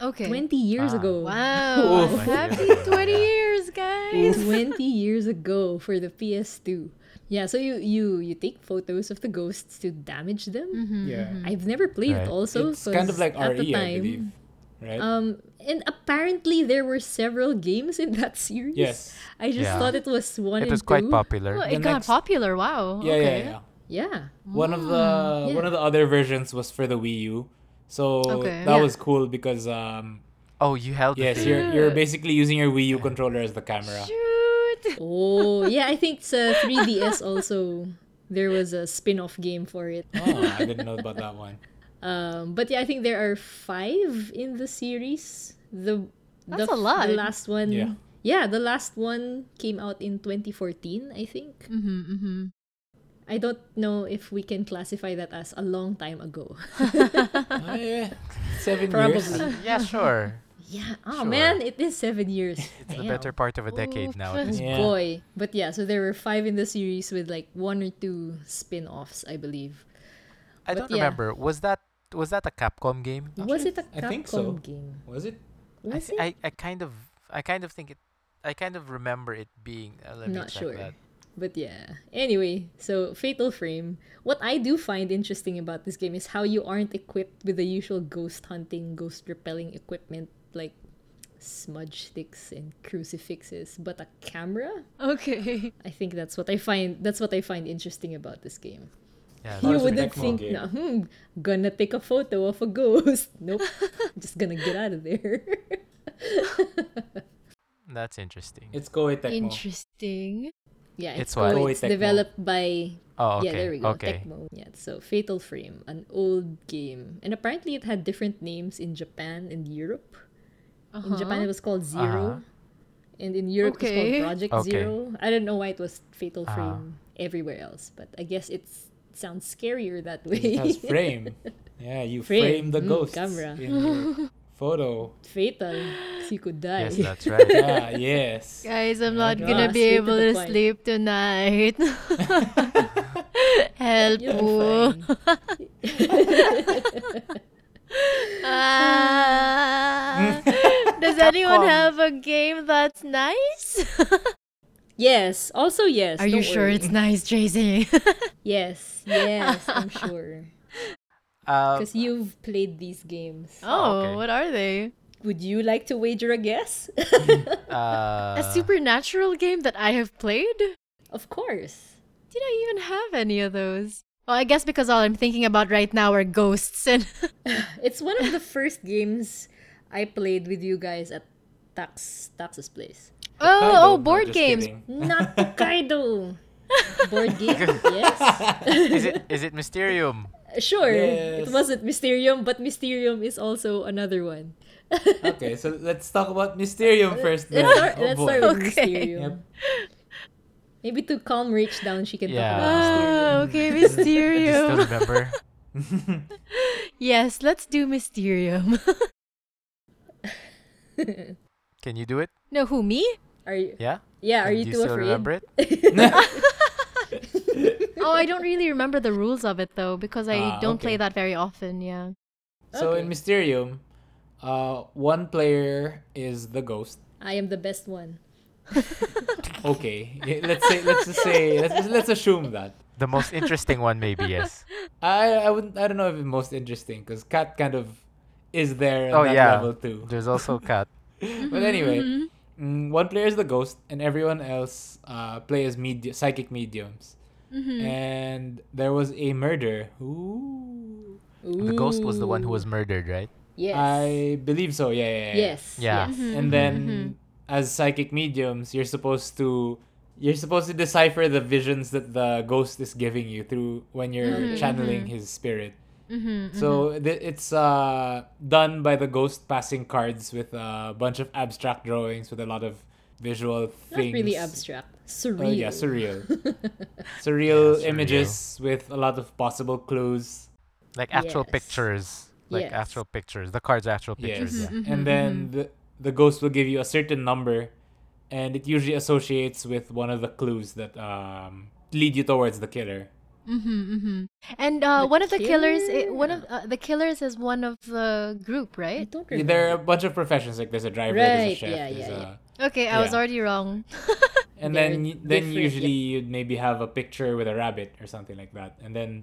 Speaker 1: Okay.
Speaker 2: 20 years
Speaker 3: Ah.
Speaker 2: ago.
Speaker 1: Wow.
Speaker 4: Oof.
Speaker 1: Happy
Speaker 3: Yeah.
Speaker 1: 20 years, guys.
Speaker 2: 20 years ago for the PS2. Yeah, so you you you take photos of the ghosts to damage them.
Speaker 4: Yeah.
Speaker 1: Mm-hmm.
Speaker 2: I've never played
Speaker 3: Right.
Speaker 2: it also.
Speaker 4: Mm-hmm. it's kind of
Speaker 2: 'cause
Speaker 4: like
Speaker 2: at the
Speaker 4: RE, I
Speaker 2: time-
Speaker 4: believe. Right?
Speaker 2: Um and apparently there were several games in that series.
Speaker 4: yes.
Speaker 2: I just
Speaker 3: Yeah.
Speaker 2: thought it was one and
Speaker 3: It was quite
Speaker 2: two.
Speaker 1: Oh,
Speaker 3: popular.
Speaker 1: it got
Speaker 4: next-
Speaker 1: popular. Wow.
Speaker 4: Yeah,
Speaker 1: okay.
Speaker 4: yeah,
Speaker 2: Yeah.
Speaker 4: yeah. One of the
Speaker 2: yeah.
Speaker 4: one of the other versions was for the Wii U. So
Speaker 1: Okay.
Speaker 2: Yeah.
Speaker 4: that was cool because um
Speaker 3: Oh, you held the
Speaker 4: yes,
Speaker 3: thing.
Speaker 4: you're you're basically using your Wii U controller as the camera.
Speaker 1: Shoot.
Speaker 2: Oh, yeah, I think it's a 3DS also. There was a spin-off game for it.
Speaker 4: Oh, I didn't know about that one.
Speaker 2: Um, but yeah, I think there are five in the series. The
Speaker 1: That's a
Speaker 2: the,
Speaker 1: lot.
Speaker 2: The last one,
Speaker 4: Yeah.
Speaker 2: yeah, the last one came out in 2014, I think.
Speaker 1: Mm-hmm, mm-hmm.
Speaker 2: I don't know if we can classify that as a long time ago.
Speaker 4: Oh, yeah. Seven years.
Speaker 2: Probably.
Speaker 3: Yeah, sure.
Speaker 2: yeah. Oh
Speaker 3: Sure.
Speaker 2: man, it is seven years.
Speaker 3: It's the
Speaker 2: Damn. Oh,
Speaker 3: better part of a decade now. at this
Speaker 4: Yeah.
Speaker 2: Boy, but yeah, so there were five in the series with like one or two spin-offs, I believe.
Speaker 3: I
Speaker 2: But
Speaker 3: don't
Speaker 2: yeah.
Speaker 3: remember. Was that was that a Capcom game?
Speaker 2: was it a Capcom
Speaker 4: I think so.
Speaker 2: game?
Speaker 4: Was it?
Speaker 3: I,
Speaker 2: Was
Speaker 3: th-
Speaker 2: it?
Speaker 3: I I kind of I kind of think it I kind of remember it being uh, let me
Speaker 2: Not
Speaker 3: check
Speaker 2: sure.
Speaker 3: that.
Speaker 2: But yeah. Anyway, so Fatal Frame. What I do find interesting about this game is how you aren't equipped with the usual ghost hunting, ghost repelling equipment like smudge sticks and crucifixes, but a camera.
Speaker 1: Okay.
Speaker 2: I think that's what I find. That's what I find interesting about this game.
Speaker 3: Yeah,
Speaker 2: You
Speaker 4: Or it's a
Speaker 2: wouldn't
Speaker 4: Tecmo
Speaker 2: think,
Speaker 4: game.
Speaker 2: nah, hmm, gonna take a photo of a ghost. Nope, just gonna get out of there.
Speaker 3: That's interesting.
Speaker 4: It's Koei Tecmo.
Speaker 1: Interesting.
Speaker 2: Yeah, it's,
Speaker 3: It's what?
Speaker 2: oh,
Speaker 4: Koei
Speaker 2: it's
Speaker 4: Tecmo.
Speaker 2: developed by
Speaker 3: Oh, okay.
Speaker 2: yeah, there we go,
Speaker 3: Okay.
Speaker 2: Tecmo. Yeah, so Fatal Frame, an old game, and apparently it had different names in Japan and Europe. In Japan, it was called 0
Speaker 3: Uh-huh.
Speaker 2: and in Europe, it
Speaker 1: Okay.
Speaker 2: was called Project
Speaker 3: Okay.
Speaker 2: Zero. I don't know why it was Fatal
Speaker 3: Uh-huh.
Speaker 2: Frame everywhere else, but I guess it's, it sounds scarier that way.
Speaker 4: It has frame. Yeah, you
Speaker 2: Frame.
Speaker 4: frame, the
Speaker 2: Mm,
Speaker 4: ghost
Speaker 2: camera.
Speaker 4: in your photo.
Speaker 2: Fatal, 'cause you could die.
Speaker 3: Yes, that's right.
Speaker 4: Yeah, yes.
Speaker 2: Oh,
Speaker 1: Guys, I'm not
Speaker 4: Yeah,
Speaker 1: gonna
Speaker 2: yeah,
Speaker 1: be
Speaker 2: straight to
Speaker 1: able
Speaker 2: the
Speaker 1: to
Speaker 2: point.
Speaker 1: sleep tonight. Help.
Speaker 2: You'll be
Speaker 1: po. Ah. Does anyone
Speaker 3: Capcom.
Speaker 1: have a game that's nice?
Speaker 2: yes. Also, yes.
Speaker 1: Are you
Speaker 2: don't
Speaker 1: sure
Speaker 2: worry.
Speaker 1: it's nice, Tracy?
Speaker 2: Yes. Yes, I'm sure.
Speaker 3: Um,
Speaker 2: Because you've played these games.
Speaker 3: uh,
Speaker 1: oh,
Speaker 3: Okay.
Speaker 1: what are they?
Speaker 2: Would you like to wager a guess?
Speaker 3: uh,
Speaker 1: a supernatural game that I have played?
Speaker 2: of course.
Speaker 1: Did I even have any of those? Well, I guess because all I'm thinking about right now are ghosts and
Speaker 2: It's one of the first games I played with you guys at Tax Tax's place.
Speaker 1: oh,
Speaker 4: Hokkaido.
Speaker 1: oh,
Speaker 4: No,
Speaker 1: board
Speaker 4: just
Speaker 1: games.
Speaker 4: kidding.
Speaker 2: Not Kaido. Board game, yes.
Speaker 3: is it is it Mysterium?
Speaker 2: Sure.
Speaker 4: Yes.
Speaker 2: It wasn't Mysterium, but Mysterium is also another one.
Speaker 4: Okay, so let's talk about Mysterium first. Then.
Speaker 2: Let's start,
Speaker 4: Oh,
Speaker 2: let's
Speaker 4: boy.
Speaker 2: start with
Speaker 1: Okay.
Speaker 2: Mysterium.
Speaker 4: Yep.
Speaker 2: Maybe to calm Rich down, she can talk
Speaker 3: Yeah.
Speaker 2: about Mysterium.
Speaker 1: Oh, okay,
Speaker 3: Still
Speaker 1: Mysterium.
Speaker 3: remember?
Speaker 1: yes, let's do Mysterium.
Speaker 3: Can you do it?
Speaker 1: no, who me?
Speaker 2: Are you?
Speaker 3: Yeah.
Speaker 2: Yeah. Are
Speaker 3: Can-
Speaker 2: you
Speaker 3: do
Speaker 2: too
Speaker 3: you still
Speaker 2: afraid?
Speaker 3: remember it?
Speaker 1: Oh, I don't really remember the rules of it though because I
Speaker 4: Ah,
Speaker 1: don't play
Speaker 4: okay.
Speaker 1: that very often. Yeah.
Speaker 4: So in Mysterium, uh, one player is the ghost.
Speaker 2: I am the best one.
Speaker 4: Okay, yeah, let's say let's just say let's let's assume that.
Speaker 3: The most interesting one, maybe yes.
Speaker 4: I I wouldn't I don't know if it's most interesting because cat kind of is there at
Speaker 3: Oh
Speaker 4: that
Speaker 3: yeah.
Speaker 4: level too.
Speaker 3: There's also cat.
Speaker 4: But anyway,
Speaker 2: Mm-hmm,
Speaker 4: mm, one player is the ghost, and everyone else uh, plays medi- psychic mediums.
Speaker 2: Mm-hmm.
Speaker 4: And there was a murder. Ooh.
Speaker 3: The ghost was the one who was murdered, right?
Speaker 2: Yes.
Speaker 4: I believe so. Yeah. yeah, yeah.
Speaker 2: Yes.
Speaker 3: Yeah.
Speaker 2: Yes. Mm-hmm.
Speaker 4: And then, as psychic mediums, you're supposed to you're supposed to decipher the visions that the ghost is giving you through when you're
Speaker 2: Mm-hmm,
Speaker 4: channeling his spirit.
Speaker 1: Mm-hmm.
Speaker 4: So th- it's uh, done by the ghost passing cards with a bunch of abstract drawings with a lot of visual
Speaker 2: Not
Speaker 4: things.
Speaker 2: really abstract. Surreal.
Speaker 4: Oh, yeah, surreal. surreal
Speaker 3: surreal.
Speaker 4: images with a lot of possible clues.
Speaker 3: Like actual
Speaker 2: Yes.
Speaker 3: pictures. Like
Speaker 2: Yes.
Speaker 3: actual pictures. The cards are actual
Speaker 4: Yes.
Speaker 3: pictures. Yeah.
Speaker 2: Mm-hmm,
Speaker 4: And then the, the ghost will give you a certain number, and it usually associates with one of the clues that um, lead you towards the killer.
Speaker 1: Mm-hmm. And uh,
Speaker 2: The
Speaker 1: one of the killers, i
Speaker 2: killer.
Speaker 1: one of uh, the killers is one of the group,
Speaker 2: I
Speaker 1: right?
Speaker 2: don't remember.
Speaker 4: There are a bunch of professions, like there's a driver, there's a
Speaker 2: Right,
Speaker 4: chef,
Speaker 2: yeah,
Speaker 4: there's
Speaker 2: yeah,
Speaker 4: a.
Speaker 2: yeah.
Speaker 1: Okay, I was
Speaker 4: Yeah.
Speaker 1: already wrong.
Speaker 4: and
Speaker 2: They're
Speaker 4: then y- then
Speaker 2: different,
Speaker 4: usually you'd maybe have a picture with a rabbit or something like that and then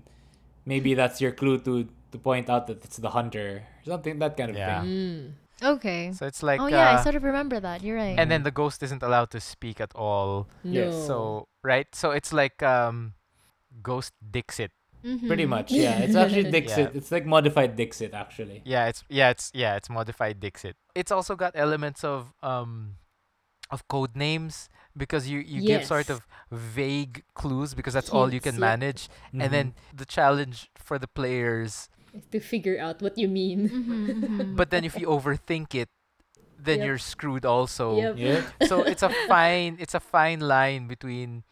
Speaker 4: maybe that's your clue to to point out that it's the hunter or something that kind of
Speaker 3: Yeah.
Speaker 4: thing
Speaker 2: Mm,
Speaker 1: Okay.
Speaker 3: So it's like
Speaker 1: oh yeah,
Speaker 3: uh,
Speaker 1: I sort of remember that. You're right.
Speaker 3: and then the ghost isn't allowed to speak at all.
Speaker 4: Yes.
Speaker 2: No.
Speaker 3: So right? So it's like um ghost
Speaker 1: Mm-hmm.
Speaker 3: Dixit.
Speaker 2: Mm-hmm.
Speaker 4: pretty much yeah it's actually dixit
Speaker 3: Yeah.
Speaker 4: it's like modified dixit actually
Speaker 3: Yeah, it's yeah, it's yeah, it's modified Dixit. It's also got elements of um of code names because you you give sort
Speaker 2: Yes.
Speaker 3: of vague clues because that's all you can
Speaker 2: Hints, yeah.
Speaker 3: manage and
Speaker 4: Mm-hmm.
Speaker 3: then the challenge for the players
Speaker 2: to figure out what you mean.
Speaker 1: Mm-hmm,
Speaker 3: but then if you overthink it then
Speaker 2: Yep.
Speaker 3: you're screwed also.
Speaker 2: Yep.
Speaker 4: yeah
Speaker 3: So it's a fine it's a fine line between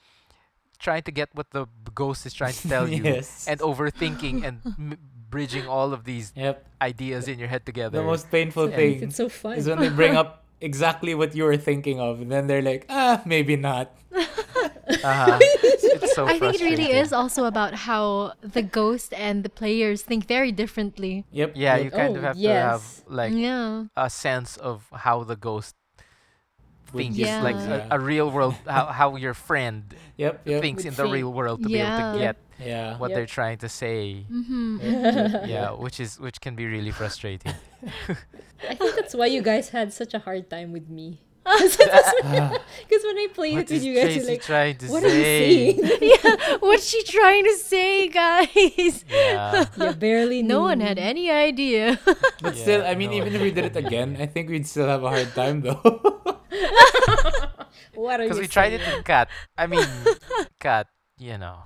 Speaker 3: trying to get what the b- ghost is trying to tell
Speaker 4: Yes.
Speaker 3: you and overthinking and m- bridging all of these
Speaker 4: yep
Speaker 3: ideas in your head together.
Speaker 4: the most painful
Speaker 2: Yeah,
Speaker 4: thing
Speaker 2: It's so fun.
Speaker 4: is when they bring up exactly what you were thinking of and then they're like ah maybe not
Speaker 3: uh-huh. it's so
Speaker 1: I think it really is
Speaker 3: frustrating.
Speaker 1: also about how the ghost and the players think very differently.
Speaker 4: yep
Speaker 3: Yeah,
Speaker 4: yep.
Speaker 3: you kind of
Speaker 2: Oh,
Speaker 3: have to have
Speaker 2: yes.
Speaker 3: like
Speaker 1: yeah.
Speaker 3: a sense of how the ghost
Speaker 4: Would
Speaker 3: thinks,
Speaker 1: you-
Speaker 3: like
Speaker 4: Yeah.
Speaker 3: a, a real world, how, how your friend
Speaker 4: yep yep
Speaker 3: thinks
Speaker 2: Would
Speaker 3: in the real
Speaker 2: think.
Speaker 3: world to be able to
Speaker 1: Yeah.
Speaker 3: get
Speaker 4: yeah
Speaker 3: what
Speaker 2: Yep.
Speaker 3: they're trying to say.
Speaker 1: Mm-hmm,
Speaker 4: Yep,
Speaker 3: Yeah, which is which can be really frustrating.
Speaker 2: I think that's why you guys had such a hard time with me. Because when I played
Speaker 3: Ah. what
Speaker 2: it with
Speaker 3: is
Speaker 2: you guys, you're
Speaker 3: Tracy
Speaker 2: like,
Speaker 3: trying to
Speaker 2: what are you
Speaker 3: say?
Speaker 2: saying?
Speaker 1: yeah. What's she trying to say, guys?
Speaker 3: yeah,
Speaker 2: you barely knew.
Speaker 1: No one had any idea.
Speaker 4: but
Speaker 3: Yeah,
Speaker 4: still i mean
Speaker 3: no,
Speaker 4: even
Speaker 3: I
Speaker 4: if we did it
Speaker 3: totally
Speaker 4: again i think we'd still have a hard time though
Speaker 2: What are you?
Speaker 3: Because we tried it in cat. I mean, cat. You know.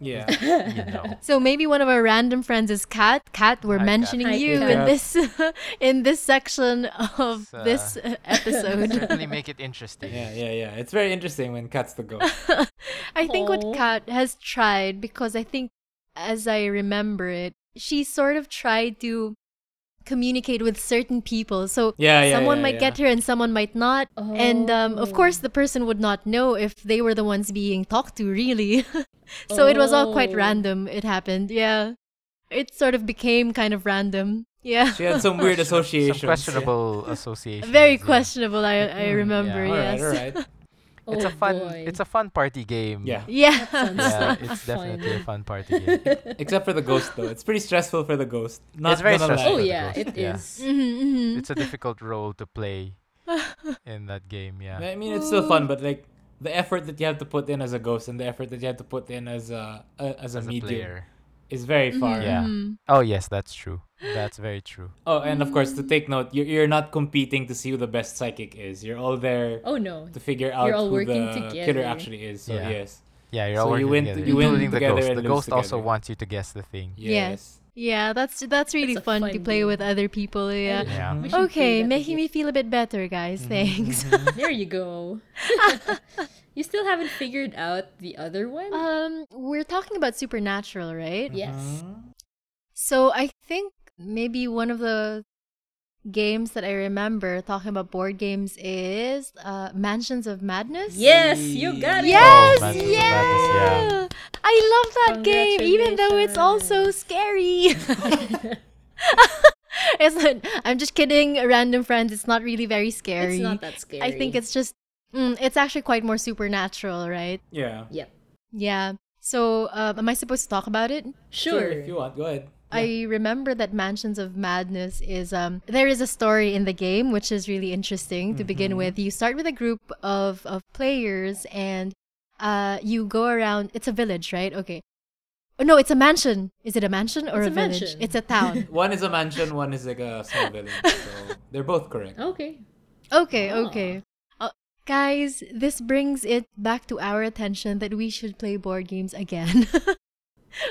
Speaker 4: Yeah.
Speaker 3: You know.
Speaker 1: So maybe one of our random friends is Kat. Kat, we're
Speaker 3: Hi, Kat.
Speaker 1: mentioning
Speaker 2: Hi,
Speaker 1: you
Speaker 2: Kat.
Speaker 1: in this in this section of
Speaker 3: It's, uh,
Speaker 1: this uh, episode.
Speaker 3: Certainly make it interesting.
Speaker 4: Yeah, yeah, yeah. It's very interesting when cats the go.
Speaker 1: I think
Speaker 2: Aw.
Speaker 1: what Kat has tried, because I think as I remember it, she sort of tried to communicate with certain people. So
Speaker 4: Yeah, yeah,
Speaker 1: someone
Speaker 4: yeah,
Speaker 1: might
Speaker 4: yeah.
Speaker 1: get her and someone might not. And um, of
Speaker 2: Oh.
Speaker 1: course, the person would not know if they were the ones being talked to, really. so it was all quite
Speaker 2: Oh.
Speaker 1: random. It happened. Yeah. It sort of became kind of random. Yeah.
Speaker 4: She had some weird associations.
Speaker 3: Some questionable association.
Speaker 1: Very questionable, I, I
Speaker 2: Mm-hmm.
Speaker 4: Yeah.
Speaker 1: remember,
Speaker 4: All right,
Speaker 1: yes.
Speaker 4: all right.
Speaker 3: It's
Speaker 2: Oh
Speaker 3: a fun.
Speaker 2: boy.
Speaker 3: It's a fun party game.
Speaker 4: Yeah.
Speaker 1: Yeah.
Speaker 3: Yeah,
Speaker 2: Sounds
Speaker 3: it's
Speaker 2: fun.
Speaker 3: definitely a fun party game.
Speaker 4: Except for the ghost though. It's pretty stressful for the ghost. Not
Speaker 3: it's very
Speaker 4: gonna lie.
Speaker 3: stressful.
Speaker 2: Oh
Speaker 3: for the
Speaker 2: yeah,
Speaker 3: ghost,
Speaker 2: it is.
Speaker 3: yeah.
Speaker 1: Mhm, mhm.
Speaker 3: It's a difficult role to play in that game. Yeah.
Speaker 4: I mean, it's still fun, but like the effort that you have to put in as a ghost and the effort that you have to put in as a, uh, a as a
Speaker 3: As a
Speaker 4: medium
Speaker 3: player.
Speaker 4: is very far.
Speaker 3: Yeah. Oh yes, that's true. That's very true.
Speaker 4: Oh, and of course, to take note, you're, you're not competing to see who the best psychic is. You're all there
Speaker 2: Oh no.
Speaker 4: to figure out
Speaker 2: all
Speaker 4: who
Speaker 2: working
Speaker 4: the
Speaker 2: together.
Speaker 4: killer actually is. So
Speaker 3: Yeah.
Speaker 4: yes,
Speaker 3: Yeah, you're
Speaker 4: So
Speaker 3: all
Speaker 4: you
Speaker 3: working
Speaker 4: win-
Speaker 3: together,
Speaker 4: you win
Speaker 3: including
Speaker 4: together
Speaker 3: the ghost.
Speaker 4: and
Speaker 3: The
Speaker 4: lose
Speaker 3: ghost also
Speaker 4: together.
Speaker 3: wants you to guess the thing.
Speaker 1: Yeah.
Speaker 4: yes.
Speaker 1: Yeah, that's that's really
Speaker 2: That's a
Speaker 1: fun,
Speaker 2: fun
Speaker 1: to play
Speaker 2: game.
Speaker 1: with other people. Yeah.
Speaker 3: Yeah.
Speaker 2: We should play
Speaker 1: Okay,
Speaker 2: that
Speaker 1: making me
Speaker 2: again.
Speaker 1: feel a bit better, guys.
Speaker 3: Mm-hmm.
Speaker 1: Thanks.
Speaker 2: There you go. you still haven't figured out the other one?
Speaker 1: um, we're talking about supernatural, right?
Speaker 2: yes.
Speaker 3: Mm-hmm.
Speaker 1: So I think maybe one of the games that I remember talking about board games is uh, Mansions of Madness.
Speaker 2: Yes, you got it.
Speaker 1: Yes,
Speaker 3: Oh, Mansions of
Speaker 1: yeah.
Speaker 3: Madness, yeah.
Speaker 1: I love that game, even though it's also scary. it's not, I'm just kidding, random friends. It's not really very scary.
Speaker 2: It's not that scary.
Speaker 1: I think it's just, mm, it's actually quite more supernatural, right?
Speaker 4: Yeah.
Speaker 2: Yep.
Speaker 1: Yeah. So, uh, am I supposed to talk about it?
Speaker 2: Sure.
Speaker 4: If you want, go ahead.
Speaker 1: I remember that Mansions of Madness is um there is a story in the game which is really interesting to
Speaker 2: Mm-hmm.
Speaker 1: begin with. You start with a group of of players and uh you go around it's a village, right? Okay. Oh, no, it's a mansion. Is it a mansion or
Speaker 2: It's
Speaker 1: a,
Speaker 2: a
Speaker 1: village?
Speaker 2: mansion.
Speaker 1: It's a town.
Speaker 4: One is a mansion, one is like a small village. So they're both correct.
Speaker 2: Okay.
Speaker 1: okay,
Speaker 2: Ah.
Speaker 1: okay. Uh, guys, this brings it back to our attention that we should play board games again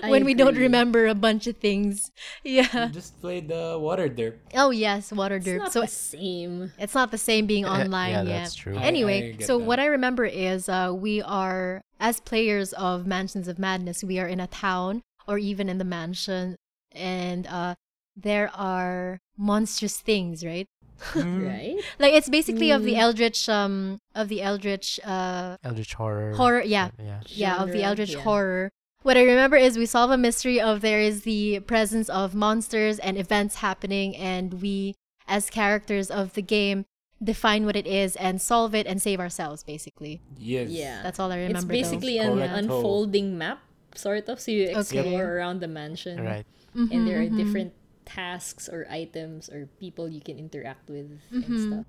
Speaker 2: I
Speaker 1: when we don't
Speaker 2: agree. Mm.
Speaker 1: remember a bunch of things. Yeah.
Speaker 4: Just played the water derp.
Speaker 1: Oh yes, water
Speaker 2: It's
Speaker 1: derp.
Speaker 2: not
Speaker 1: So
Speaker 2: the same.
Speaker 1: It's not the same being
Speaker 3: Yeah,
Speaker 1: online
Speaker 3: Eh, yeah,
Speaker 1: yet.
Speaker 3: that's true. I-
Speaker 4: I
Speaker 1: Anyway,
Speaker 4: get
Speaker 1: so
Speaker 4: that.
Speaker 1: what I remember is uh, we are, as players of Mansions of Madness, we are in a town or even in the mansion, and uh, there are monstrous things, right?
Speaker 3: Mm-hmm.
Speaker 2: Right?
Speaker 1: Like it's basically of
Speaker 2: Hmm.
Speaker 1: the Eldritch, um, of the Eldritch uh,
Speaker 3: Eldritch horror.
Speaker 1: horror, yeah,
Speaker 3: Yeah.
Speaker 1: yeah, of the
Speaker 2: Genre,
Speaker 1: Eldritch
Speaker 2: yeah.
Speaker 1: horror. What I remember is we solve a mystery of there is the presence of monsters and events happening, and we, as characters of the game, define what it is and solve it and save ourselves, basically.
Speaker 4: Yes.
Speaker 2: Yeah.
Speaker 1: That's all I remember.
Speaker 2: It's
Speaker 1: though.
Speaker 2: basically an
Speaker 4: Correcto.
Speaker 2: unfolding map, sort of. So you explore
Speaker 1: Okay.
Speaker 2: around the mansion.
Speaker 3: Right.
Speaker 1: Mm-hmm,
Speaker 2: And there are different tasks or items or people you can interact with and stuff.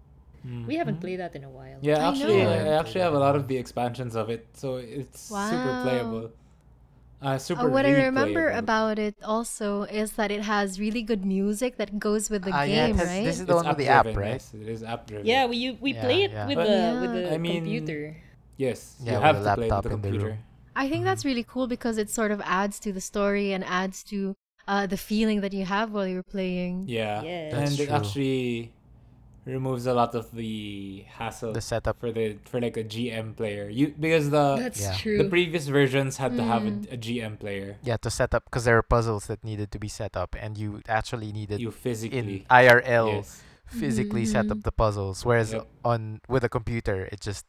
Speaker 2: We haven't
Speaker 3: Mm-hmm.
Speaker 2: played that in a while.
Speaker 4: Yeah,
Speaker 1: I
Speaker 4: actually,
Speaker 1: know.
Speaker 4: I, I actually have a lot of the expansions of it, so it's super
Speaker 1: Wow.
Speaker 4: playable. Uh, super.
Speaker 1: Uh, what I remember
Speaker 4: replayable.
Speaker 1: about it also is that it has really good music that goes with the
Speaker 3: Ah, yeah, it
Speaker 1: game,
Speaker 3: has-
Speaker 1: right?
Speaker 3: This is the
Speaker 4: It's
Speaker 3: one with the app,
Speaker 4: app-driven,
Speaker 3: right?
Speaker 4: Yes, it is app driven.
Speaker 2: Yeah, we you, we play
Speaker 3: Yeah,
Speaker 2: it
Speaker 3: yeah.
Speaker 2: with
Speaker 4: But-
Speaker 2: the with the
Speaker 4: I mean-
Speaker 2: computer.
Speaker 4: Yes,
Speaker 3: Yeah,
Speaker 4: you
Speaker 3: with
Speaker 4: have
Speaker 3: a
Speaker 4: to play it
Speaker 3: laptop
Speaker 4: with the
Speaker 3: in the room.
Speaker 4: computer.
Speaker 1: I think that's really cool because it sort of adds to the story and adds to uh, the feeling that you have while you're playing.
Speaker 4: Yeah,
Speaker 2: Yes.
Speaker 4: and
Speaker 3: That's
Speaker 4: it
Speaker 3: true.
Speaker 4: actually removes a lot of the hassle
Speaker 3: The setup.
Speaker 4: for the for like a GM player. You because the
Speaker 2: That's
Speaker 3: uh, Yeah. The
Speaker 2: true.
Speaker 4: the previous versions had to have a,
Speaker 1: Mm.
Speaker 4: a GM player.
Speaker 3: Yeah, to set up because there are puzzles that needed to be set up, and you actually needed
Speaker 4: You
Speaker 3: in
Speaker 4: physically.
Speaker 3: IRL
Speaker 4: Yes.
Speaker 3: physically set
Speaker 1: Mm-hmm.
Speaker 3: up the puzzles, whereas
Speaker 4: Yep.
Speaker 3: on with a computer it just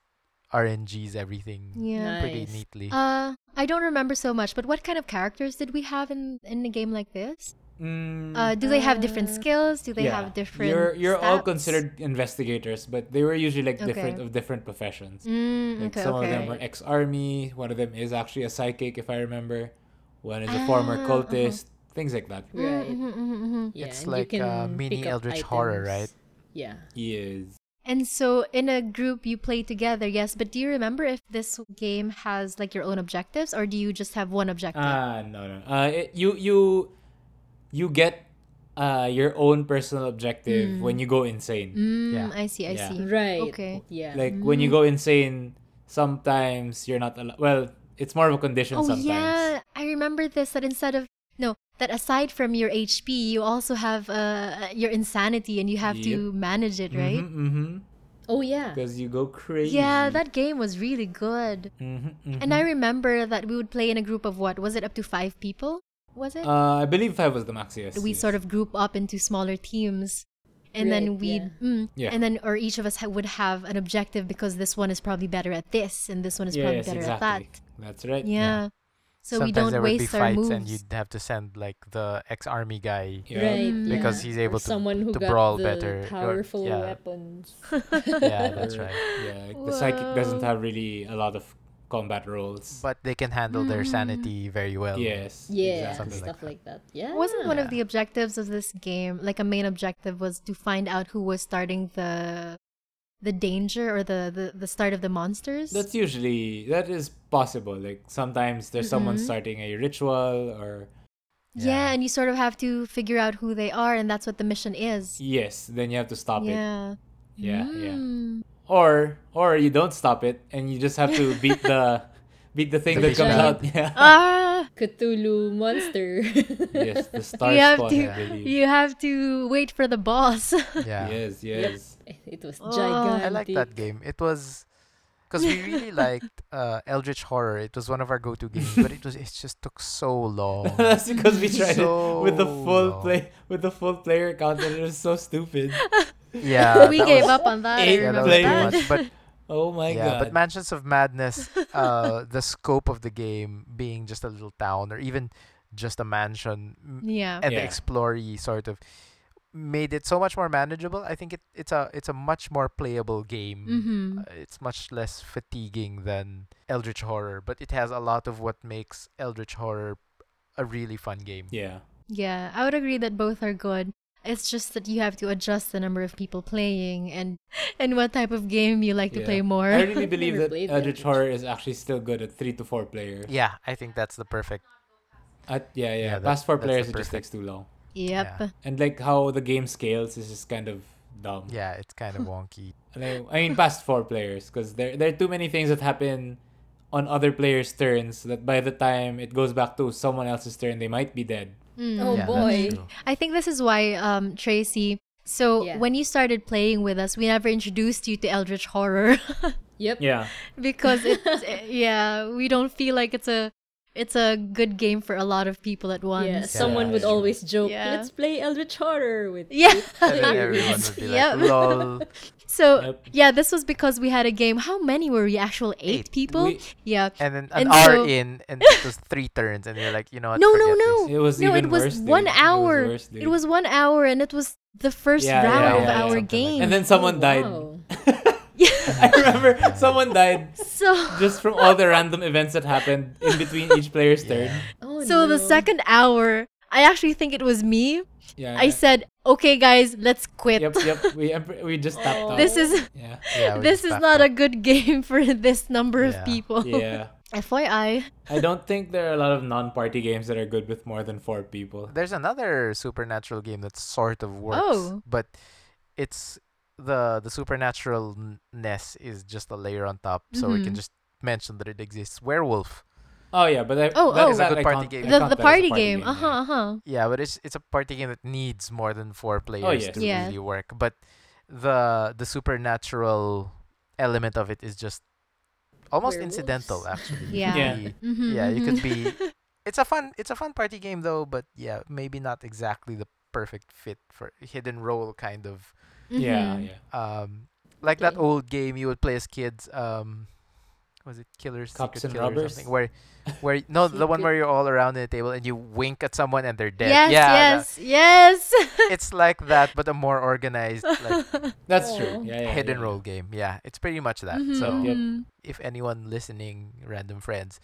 Speaker 3: RNGs everything
Speaker 1: Yeah.
Speaker 3: pretty
Speaker 2: Nice.
Speaker 3: neatly.
Speaker 1: Uh, I don't remember so much, but what kind of characters did we have in in a game like this?
Speaker 4: Mm,
Speaker 1: Uh, do they have different
Speaker 2: Uh,
Speaker 1: skills? Do they
Speaker 4: yeah.
Speaker 1: have different?
Speaker 4: You're you're all
Speaker 1: stats?
Speaker 4: considered investigators, but they were usually like different
Speaker 1: Okay.
Speaker 4: of different professions.
Speaker 1: Mm,
Speaker 4: Like
Speaker 1: okay,
Speaker 4: some
Speaker 1: okay.
Speaker 4: of them were ex army, one of them is actually a psychic, if I remember. One is a former
Speaker 1: Ah, uh-huh.
Speaker 4: cultist, things like that.
Speaker 2: Right.
Speaker 1: Mhm, mhm, mhm.
Speaker 2: Yeah,
Speaker 3: It's
Speaker 2: and you
Speaker 3: like, uh,
Speaker 2: can
Speaker 3: mini
Speaker 2: pick up
Speaker 3: Eldritch horror,
Speaker 2: items.
Speaker 3: right?
Speaker 2: Yeah.
Speaker 4: Yes.
Speaker 1: And so, in a group, you play together, yes. But do you remember if this game has like your own objectives, or
Speaker 4: Uh,
Speaker 1: do you just have one objective?
Speaker 4: Ah, no, no. Uh, it, you you you get uh, your own personal objective when you go insane.
Speaker 1: Mm,
Speaker 3: Yeah.
Speaker 1: I see, I
Speaker 4: Yeah.
Speaker 1: see.
Speaker 2: Right.
Speaker 1: Okay.
Speaker 2: Yeah.
Speaker 4: Like when you go insane, sometimes you're not allowed. Well, it's more of a condition
Speaker 1: Oh
Speaker 4: sometimes.
Speaker 1: yeah, I remember this. That instead of no, that aside from your HP, you also have uh, your insanity, and you have to manage it, right?
Speaker 4: Mm-hmm.
Speaker 2: oh yeah.
Speaker 4: Because you go crazy. Mm-hmm,
Speaker 1: Yeah, that game was really good. And I remember that we would play in a group of what was it up to five people? Was it?
Speaker 4: Uh, I believe five was the max. Yes.
Speaker 1: we sort of group up into smaller teams and then
Speaker 2: Right,
Speaker 1: we
Speaker 2: yeah.
Speaker 1: would mm,
Speaker 4: Yeah.
Speaker 1: and then or each of us ha- would have an objective because this one is probably better at this and this one is probably
Speaker 4: Yes,
Speaker 1: better
Speaker 4: exactly.
Speaker 1: at
Speaker 4: That's
Speaker 1: that
Speaker 4: right.
Speaker 1: yeah, so
Speaker 3: Sometimes
Speaker 1: we don't
Speaker 3: there would be
Speaker 1: waste our
Speaker 3: fights,
Speaker 1: moves
Speaker 3: and you'd have to send like the ex-army guy
Speaker 4: Yeah.
Speaker 2: Right.
Speaker 1: Mm.
Speaker 2: yeah.
Speaker 3: because he's
Speaker 2: Or
Speaker 3: able to-
Speaker 2: someone who
Speaker 3: to
Speaker 2: got
Speaker 3: brawl
Speaker 2: the
Speaker 3: better, or-
Speaker 2: Powerful
Speaker 3: yeah.
Speaker 2: weapons.
Speaker 3: yeah, that's right.
Speaker 4: Yeah, like the psychic doesn't
Speaker 1: Whoa.
Speaker 4: have really a lot of combat roles.
Speaker 3: But um, they can handle their
Speaker 1: Mm-hmm.
Speaker 3: sanity very well.
Speaker 4: yes.
Speaker 2: Yeah.
Speaker 4: Exactly.
Speaker 2: Stuff like that. Yeah.
Speaker 1: wasn't one of the objectives of this game like a main objective was to find out who was starting the the danger or the the, the start of the monsters
Speaker 4: That's usually that is possible. Like sometimes
Speaker 1: Mm-hmm.
Speaker 4: there's someone starting a ritual or
Speaker 1: yeah.
Speaker 3: Yeah.
Speaker 1: and you sort of have to figure out who they are and that's what the mission is
Speaker 4: yes, then you have to stop it.
Speaker 1: yeah
Speaker 4: Yeah, yeah.
Speaker 1: Mm.
Speaker 4: Or or you don't stop it and you just have to beat the beat the thing
Speaker 3: The
Speaker 4: that comes
Speaker 2: big
Speaker 4: out. Yeah.
Speaker 1: ah
Speaker 2: Cthulhu monster.
Speaker 4: yes, the star
Speaker 1: you have
Speaker 4: spawn,
Speaker 1: to
Speaker 4: I believe.
Speaker 1: you have to wait for the boss
Speaker 3: Yeah.
Speaker 4: Yes, yes.
Speaker 2: It was
Speaker 1: Oh.
Speaker 2: gigantic.
Speaker 3: I like that game. It was because we really liked uh, Eldritch Horror. It was one of our go-to games, but it was it just took so long.
Speaker 4: That's because we tried it with the
Speaker 3: So
Speaker 4: full
Speaker 3: long.
Speaker 4: play with the full player count and it was so stupid.
Speaker 3: Yeah,
Speaker 1: we
Speaker 3: that
Speaker 1: gave up
Speaker 3: was-
Speaker 1: on that. I
Speaker 4: eight
Speaker 3: Yeah,
Speaker 1: remember
Speaker 3: that was too
Speaker 4: players.
Speaker 1: that.
Speaker 3: much. But
Speaker 4: Oh my
Speaker 3: yeah,
Speaker 4: god.
Speaker 3: but Mansions of Madness, uh, the scope of the game being just a little town or even just a mansion, m-
Speaker 1: yeah.
Speaker 3: and
Speaker 4: Yeah.
Speaker 3: the explory sort of made it so much more manageable. I think it, it's a it's a much more playable game.
Speaker 1: Mm-hmm.
Speaker 3: Uh, it's much less fatiguing than Eldritch Horror, but it has a lot of what makes Eldritch Horror a really fun game.
Speaker 4: yeah.
Speaker 1: Yeah, I would agree that both are good. It's just that you have to adjust the number of people playing and and what type of game you like to
Speaker 4: Yeah.
Speaker 1: play more.
Speaker 4: I really believe
Speaker 2: Never
Speaker 4: that
Speaker 2: played
Speaker 4: Eldritch
Speaker 2: Eldritch.
Speaker 4: Horror is actually still good at three to four player.
Speaker 3: Yeah, I think that's the perfect.
Speaker 4: At, yeah, yeah.
Speaker 3: Yeah, that-
Speaker 4: Past four
Speaker 3: that's the
Speaker 4: players, it just
Speaker 3: perfect-
Speaker 4: takes too long.
Speaker 1: yep.
Speaker 3: Yeah.
Speaker 4: And like how the game scales is just kind of dumb.
Speaker 3: Yeah, it's kind of wonky.
Speaker 4: Like, I mean, past four players, because there there are too many things that happen on other players' turns that by the time it goes back to someone else's turn, they might be dead.
Speaker 1: Mm.
Speaker 2: Oh
Speaker 3: yeah,
Speaker 2: boy.
Speaker 3: That's true.
Speaker 1: I think this is why um Tracy so
Speaker 2: Yeah.
Speaker 1: when you started playing with us, we never introduced you to Eldritch Horror
Speaker 2: Yep.
Speaker 4: Yeah.
Speaker 1: because it's yeah, we don't feel like it's a it's a good game for a lot of people at once.
Speaker 2: Yeah, someone would
Speaker 4: that's true.
Speaker 2: always joke,
Speaker 1: Yeah.
Speaker 2: "Let's play Eldritch Horror with."
Speaker 1: Yeah.
Speaker 3: And then everyone would be
Speaker 1: Yep.
Speaker 3: like, lol.
Speaker 1: So
Speaker 4: Yep.
Speaker 1: yeah, this was because we had a game. How many were we? Actual eight,
Speaker 3: Eight.
Speaker 1: people.
Speaker 4: We-
Speaker 1: yeah.
Speaker 3: And then an
Speaker 1: And
Speaker 3: hour
Speaker 1: so-
Speaker 3: in, and it was three turns, and you're like, you know what?
Speaker 1: no, no,
Speaker 3: forget
Speaker 1: no.
Speaker 3: this.
Speaker 4: It was
Speaker 1: no,
Speaker 4: even
Speaker 1: it was
Speaker 4: worse, dude.
Speaker 1: one
Speaker 4: It was
Speaker 1: hour.
Speaker 4: worse, dude.
Speaker 1: It was one hour, and it was the first
Speaker 4: Yeah,
Speaker 1: round
Speaker 4: yeah,
Speaker 1: of
Speaker 4: yeah,
Speaker 1: our
Speaker 4: something like
Speaker 1: game.
Speaker 4: And then someone
Speaker 1: Oh,
Speaker 4: died.
Speaker 2: Oh, Wow.
Speaker 4: I remember someone died
Speaker 1: so,
Speaker 4: just from all the random events that happened in between each player's turn.
Speaker 2: Oh,
Speaker 1: so the
Speaker 2: no.
Speaker 1: second hour, I actually think it was me.
Speaker 4: Yeah.
Speaker 1: I said, "Okay, guys, let's quit.
Speaker 4: Yep, yep. We em- we just tapped out.
Speaker 1: Oh. This is
Speaker 4: yeah.
Speaker 3: Yeah, we
Speaker 1: this is
Speaker 3: just backed
Speaker 1: not
Speaker 3: up.
Speaker 1: a good game for this number
Speaker 3: Yeah.
Speaker 1: of people."
Speaker 4: Yeah.
Speaker 1: FYI.
Speaker 4: I don't think there are a lot of non-party games that are good with more than four people.
Speaker 3: There's another supernatural game that sort of works,
Speaker 1: Oh.
Speaker 3: but it's the the supernaturalness is just a layer on top, so
Speaker 1: Mm-hmm.
Speaker 3: we can just mention that it exists. Werewolf.
Speaker 4: Oh yeah, but I,
Speaker 1: Oh,
Speaker 4: that
Speaker 1: oh. It's
Speaker 4: is
Speaker 1: a
Speaker 4: that
Speaker 3: good
Speaker 4: I
Speaker 3: party
Speaker 4: count-
Speaker 3: game.
Speaker 4: I
Speaker 1: The,
Speaker 4: count
Speaker 1: the
Speaker 4: that as a
Speaker 1: party game.
Speaker 4: yeah.
Speaker 1: Uh huh. Uh huh.
Speaker 3: Yeah, but it's it's a party game that needs more than four players
Speaker 4: yes.
Speaker 3: to
Speaker 1: Oh, Yeah.
Speaker 3: really work. But the the supernatural element of it is just almost
Speaker 2: Werewolves.
Speaker 3: incidental, actually. You could
Speaker 1: Yeah.
Speaker 4: Yeah.
Speaker 3: be-
Speaker 1: Mhm,
Speaker 3: yeah, you
Speaker 1: mhm.
Speaker 3: could be. It's a fun it's a fun party game though, but yeah, maybe not exactly the perfect fit for hidden role kind of
Speaker 4: Yeah,
Speaker 1: Mhm.
Speaker 4: yeah.
Speaker 3: um like that
Speaker 2: Yeah.
Speaker 3: old game you would play as kids um was it killers
Speaker 4: Cops
Speaker 3: Secret
Speaker 4: and
Speaker 3: Killer or
Speaker 4: Robbers?
Speaker 3: something where where no the one
Speaker 2: Secret-
Speaker 3: where you're all around the table and you wink at someone and they're
Speaker 1: Yes,
Speaker 3: dead yeah that-
Speaker 1: yes, yes.
Speaker 3: it's like that but a more organized like
Speaker 4: That's
Speaker 2: Oh.
Speaker 4: true. Yeah, yeah,
Speaker 3: hidden
Speaker 4: yeah.
Speaker 3: role game yeah it's pretty much that so
Speaker 4: Yep.
Speaker 1: Mhm.
Speaker 3: if anyone listening random friends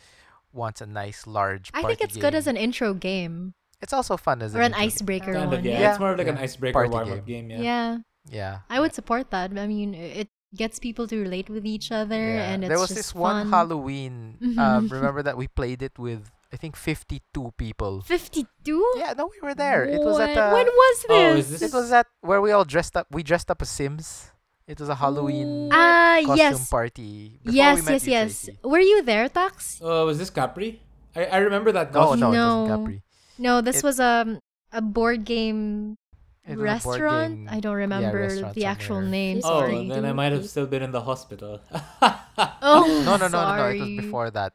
Speaker 3: wants a nice large
Speaker 1: I
Speaker 3: party
Speaker 1: think it's good as
Speaker 3: game,
Speaker 1: an intro game
Speaker 3: it's also fun as
Speaker 1: or
Speaker 3: an
Speaker 1: an
Speaker 3: intro game.
Speaker 1: icebreaker
Speaker 4: Kind
Speaker 1: one.
Speaker 4: of, yeah.
Speaker 3: Yeah,
Speaker 4: It's more of like an
Speaker 3: yeah.
Speaker 4: icebreaker
Speaker 3: Party
Speaker 4: warm-up game.
Speaker 1: Yeah.
Speaker 4: yeah.
Speaker 3: yeah
Speaker 1: I would support that. I mean, it gets people to relate with each other,
Speaker 3: Yeah.
Speaker 1: and it's
Speaker 3: there was
Speaker 1: just
Speaker 3: this
Speaker 1: fun.
Speaker 3: one Halloween.
Speaker 1: Mhm.
Speaker 3: Um, remember that we played it with. I think 52 people.
Speaker 1: 52?
Speaker 3: Yeah, no, we were there. It was at
Speaker 2: What?
Speaker 3: uh,
Speaker 1: When was
Speaker 4: Oh, is
Speaker 1: this?
Speaker 4: this-
Speaker 3: it was at where we all dressed up. We dressed up as Sims. It was a Halloween
Speaker 2: Ooh.
Speaker 1: Ah,
Speaker 3: costume
Speaker 1: yes.
Speaker 3: party. Before we
Speaker 1: Yes,
Speaker 3: met
Speaker 1: yes,
Speaker 3: you,
Speaker 1: yes.
Speaker 3: Tracy.
Speaker 1: Were you there, Tax?
Speaker 4: Uh, was this Capri? I, I remember that
Speaker 3: No,
Speaker 4: costume.
Speaker 3: no, it wasn't
Speaker 1: Oh, No.
Speaker 3: Capri.
Speaker 1: No, this
Speaker 3: It-
Speaker 1: was um, a board game
Speaker 3: It was a board
Speaker 1: restaurant.
Speaker 3: game-
Speaker 1: I don't
Speaker 3: yeah,
Speaker 1: remember
Speaker 3: restaurant
Speaker 1: the actual
Speaker 3: somewhere.
Speaker 1: name.
Speaker 2: It's
Speaker 4: Oh,
Speaker 1: Sorry.
Speaker 2: alright.
Speaker 4: then I might have still been in the hospital.
Speaker 1: Oh,
Speaker 3: No, no, no, no, no. It was
Speaker 1: sorry.
Speaker 3: before that.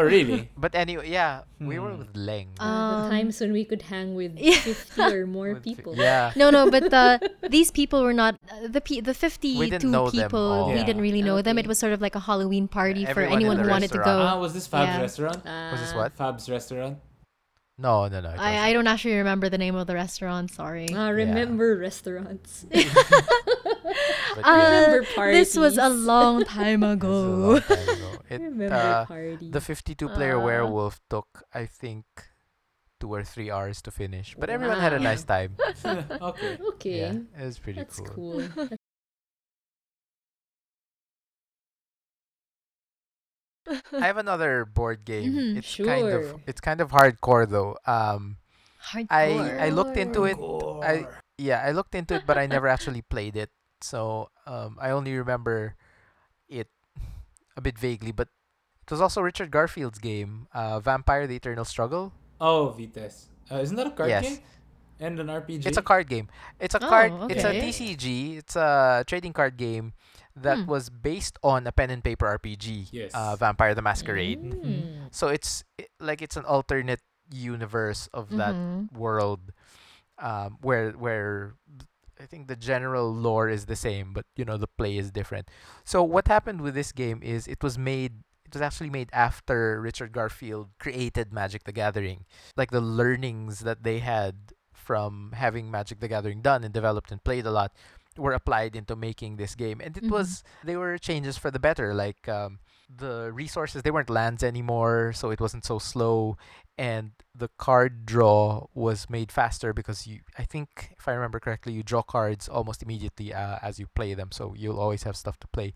Speaker 4: really?
Speaker 3: But anyway, yeah, we were with Leng.
Speaker 2: Uh, the
Speaker 1: Um,
Speaker 2: times when we could hang with
Speaker 1: yeah.
Speaker 2: 50 or more
Speaker 3: With-
Speaker 2: people.
Speaker 3: Yeah.
Speaker 1: No, no, but uh, these people were not uh, the pe- the fifty-two
Speaker 3: We didn't know them
Speaker 1: people.
Speaker 3: all.
Speaker 1: We
Speaker 4: Yeah.
Speaker 1: didn't really know them. It
Speaker 2: Okay.
Speaker 1: was sort of like a Halloween party for
Speaker 3: everyone in
Speaker 1: anyone
Speaker 3: the
Speaker 1: who wanted to
Speaker 4: Ah,
Speaker 1: go.
Speaker 3: restaurant.
Speaker 4: was this Fab's
Speaker 1: Oh, Yeah.
Speaker 4: restaurant?
Speaker 3: Was this
Speaker 2: Ah.
Speaker 3: what?
Speaker 4: Fab's restaurant.
Speaker 3: No, no, no. It
Speaker 1: I, I don't actually remember the name of the restaurant. Sorry.
Speaker 2: Ah, remember restaurants.
Speaker 3: wasn't, but yeah,
Speaker 1: Uh,
Speaker 2: remember
Speaker 1: this was a
Speaker 2: parties.
Speaker 1: long time
Speaker 3: this is a
Speaker 1: ago.
Speaker 3: long time ago. It,
Speaker 2: remember
Speaker 3: uh,
Speaker 2: party.
Speaker 3: The 52 player
Speaker 1: Uh.
Speaker 3: werewolf took, I think, two or three hours to finish. But everyone had a
Speaker 2: Wow.
Speaker 3: nice time.
Speaker 4: okay.
Speaker 2: okay.
Speaker 3: Yeah, it was pretty
Speaker 2: That's
Speaker 3: cool.
Speaker 2: cool.
Speaker 3: I have another board game.
Speaker 1: Mhm.
Speaker 3: it's kind of
Speaker 2: Mm-hmm, Sure.
Speaker 3: it's kind of hardcore though. Um,
Speaker 1: Hardcore.
Speaker 3: I looked into it. I
Speaker 4: Gore.
Speaker 3: yeah, I looked into it, but I never actually played it. So um, I only remember it a bit vaguely. But it was also Richard Garfield's game, uh, Vampire: The Eternal Struggle.
Speaker 4: Oh, Vitesse. Uh, isn't that a card
Speaker 3: Yes.
Speaker 4: game? And an RPG?
Speaker 3: It's a card game. It's a
Speaker 1: Oh,
Speaker 3: card. It's a
Speaker 4: okay.
Speaker 3: TCG. It's a trading card game that
Speaker 1: Hmm.
Speaker 3: was based on a pen and paper RPG,
Speaker 4: Yes.
Speaker 3: uh, Vampire: The Masquerade.
Speaker 2: Mm.
Speaker 3: So it's i like it's an alternate universe of that
Speaker 1: Mhm.
Speaker 3: world um, where where th- I think the general lore is the same, but you know the play is different. So what happened with this game is it was made. It was actually made after Richard Garfield created Magic the Gathering. Like the learnings that they had from having Magic the Gathering done and developed and played a lot were applied into making this game. And it
Speaker 1: Mhm.
Speaker 3: was, they were changes for the better. Like um, the resources, they weren't lands anymore, so it wasn't so slow and the card draw was made faster because you i think if i remember correctly you draw cards almost immediately uh, as you play them so you'll always have stuff to play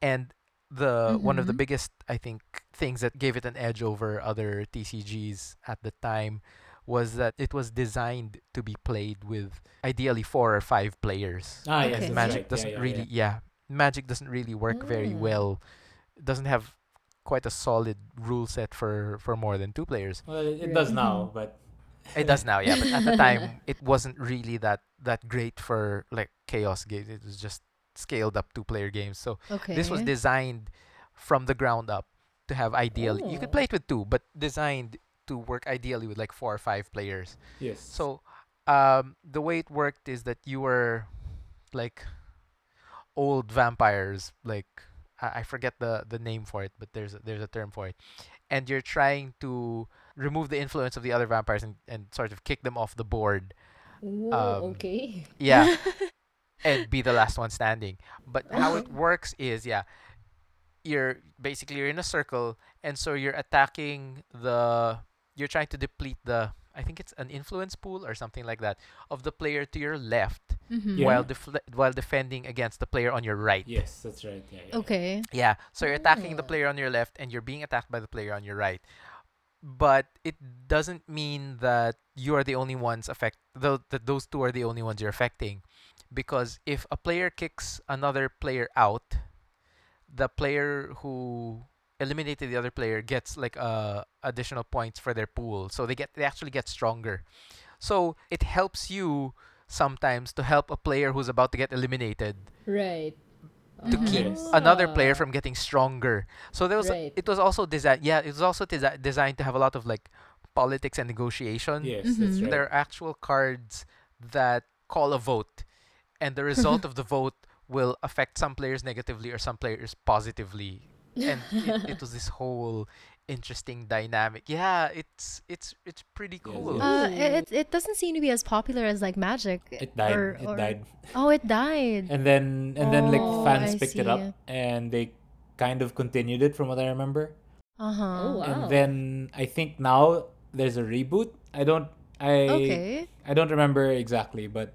Speaker 3: and the one of the
Speaker 4: Mm-hmm.
Speaker 1: Mhm.
Speaker 3: biggest i think things that gave it an edge over other tcgs at the time was that it was designed to be played with ideally four or five players
Speaker 4: Ah,
Speaker 1: Okay.
Speaker 4: yes. that's
Speaker 3: magic
Speaker 4: right. Yeah,
Speaker 3: doesn't
Speaker 4: yeah,
Speaker 3: really yeah. magic doesn't really work very
Speaker 2: Mm.
Speaker 3: well doesn't have quite a solid rule set for for more than two players
Speaker 4: Well, it, it
Speaker 2: Right.
Speaker 4: does
Speaker 1: mm-hmm.
Speaker 4: now, but
Speaker 3: it does now, yeah. But at the time, it wasn't really that that great for like chaos games. It was just scaled up two-player games. So
Speaker 1: Okay.
Speaker 3: this was designed from the ground up to have ideally. You could
Speaker 2: Oh.
Speaker 3: play it with two, but designed to work ideally with like four or five players.
Speaker 4: yes.
Speaker 3: So um, the way it worked is that you were like old vampires, like I, I forget the, the name for it, but there's a, there's a term for it, and you're trying to remove the influence of the other vampires and, and sort of kick them off the board.
Speaker 2: Whoa,
Speaker 3: Um,
Speaker 2: okay.
Speaker 3: Yeah. and be the last one standing. But how it works is, yeah, you're basically you're in a circle, and so you're attacking the. You're trying to deplete the. I think it's an influence pool or something like that of the player to your left
Speaker 1: Mhm.
Speaker 4: Yeah.
Speaker 3: while defle- while defending against the player on your right.
Speaker 4: yes, that's right. Yeah, yeah, yeah.
Speaker 1: Okay.
Speaker 3: Yeah. So you're attacking the
Speaker 2: Ah.
Speaker 3: player on your left and you're being attacked by the player on your right. But it doesn't mean that you are the only ones affect tho- that those two are the only ones you're affecting. Because if a player kicks another player out, the player who eliminated the other player gets like uh additional points for their pool. So they get they actually get stronger. So it helps you sometimes to help a player who's about to get eliminated
Speaker 2: Right. Uh-huh.
Speaker 3: to keep
Speaker 4: Yes.
Speaker 3: another player
Speaker 2: Ah.
Speaker 3: from getting stronger. So there was
Speaker 2: Right.
Speaker 3: it was also designed yeah, it was also desi- designed to have a lot of like politics and negotiation.
Speaker 1: Mhm.
Speaker 4: Yes, that's
Speaker 2: Mm-hmm.
Speaker 4: right.
Speaker 3: There are actual cards that call a vote and the result of the vote will affect some players negatively or some players positively. And it, it was this whole interesting dynamic. Yeah, it's it's it's pretty
Speaker 4: Yes, yes.
Speaker 3: cool.
Speaker 1: Uh,
Speaker 2: Ooh.
Speaker 1: it it doesn't seem to be as popular as like Magic.
Speaker 4: It died.
Speaker 1: or-
Speaker 4: it
Speaker 1: or-
Speaker 4: died.
Speaker 1: Oh, it died.
Speaker 4: And then and then like
Speaker 1: Oh,
Speaker 4: fans
Speaker 1: I
Speaker 4: picked
Speaker 1: see.
Speaker 4: it up and they kind of continued it from what I remember.
Speaker 1: Uh huh.
Speaker 2: Oh, wow.
Speaker 4: And then I think now there's a reboot. I don't I
Speaker 1: Okay.
Speaker 4: I don't remember exactly, but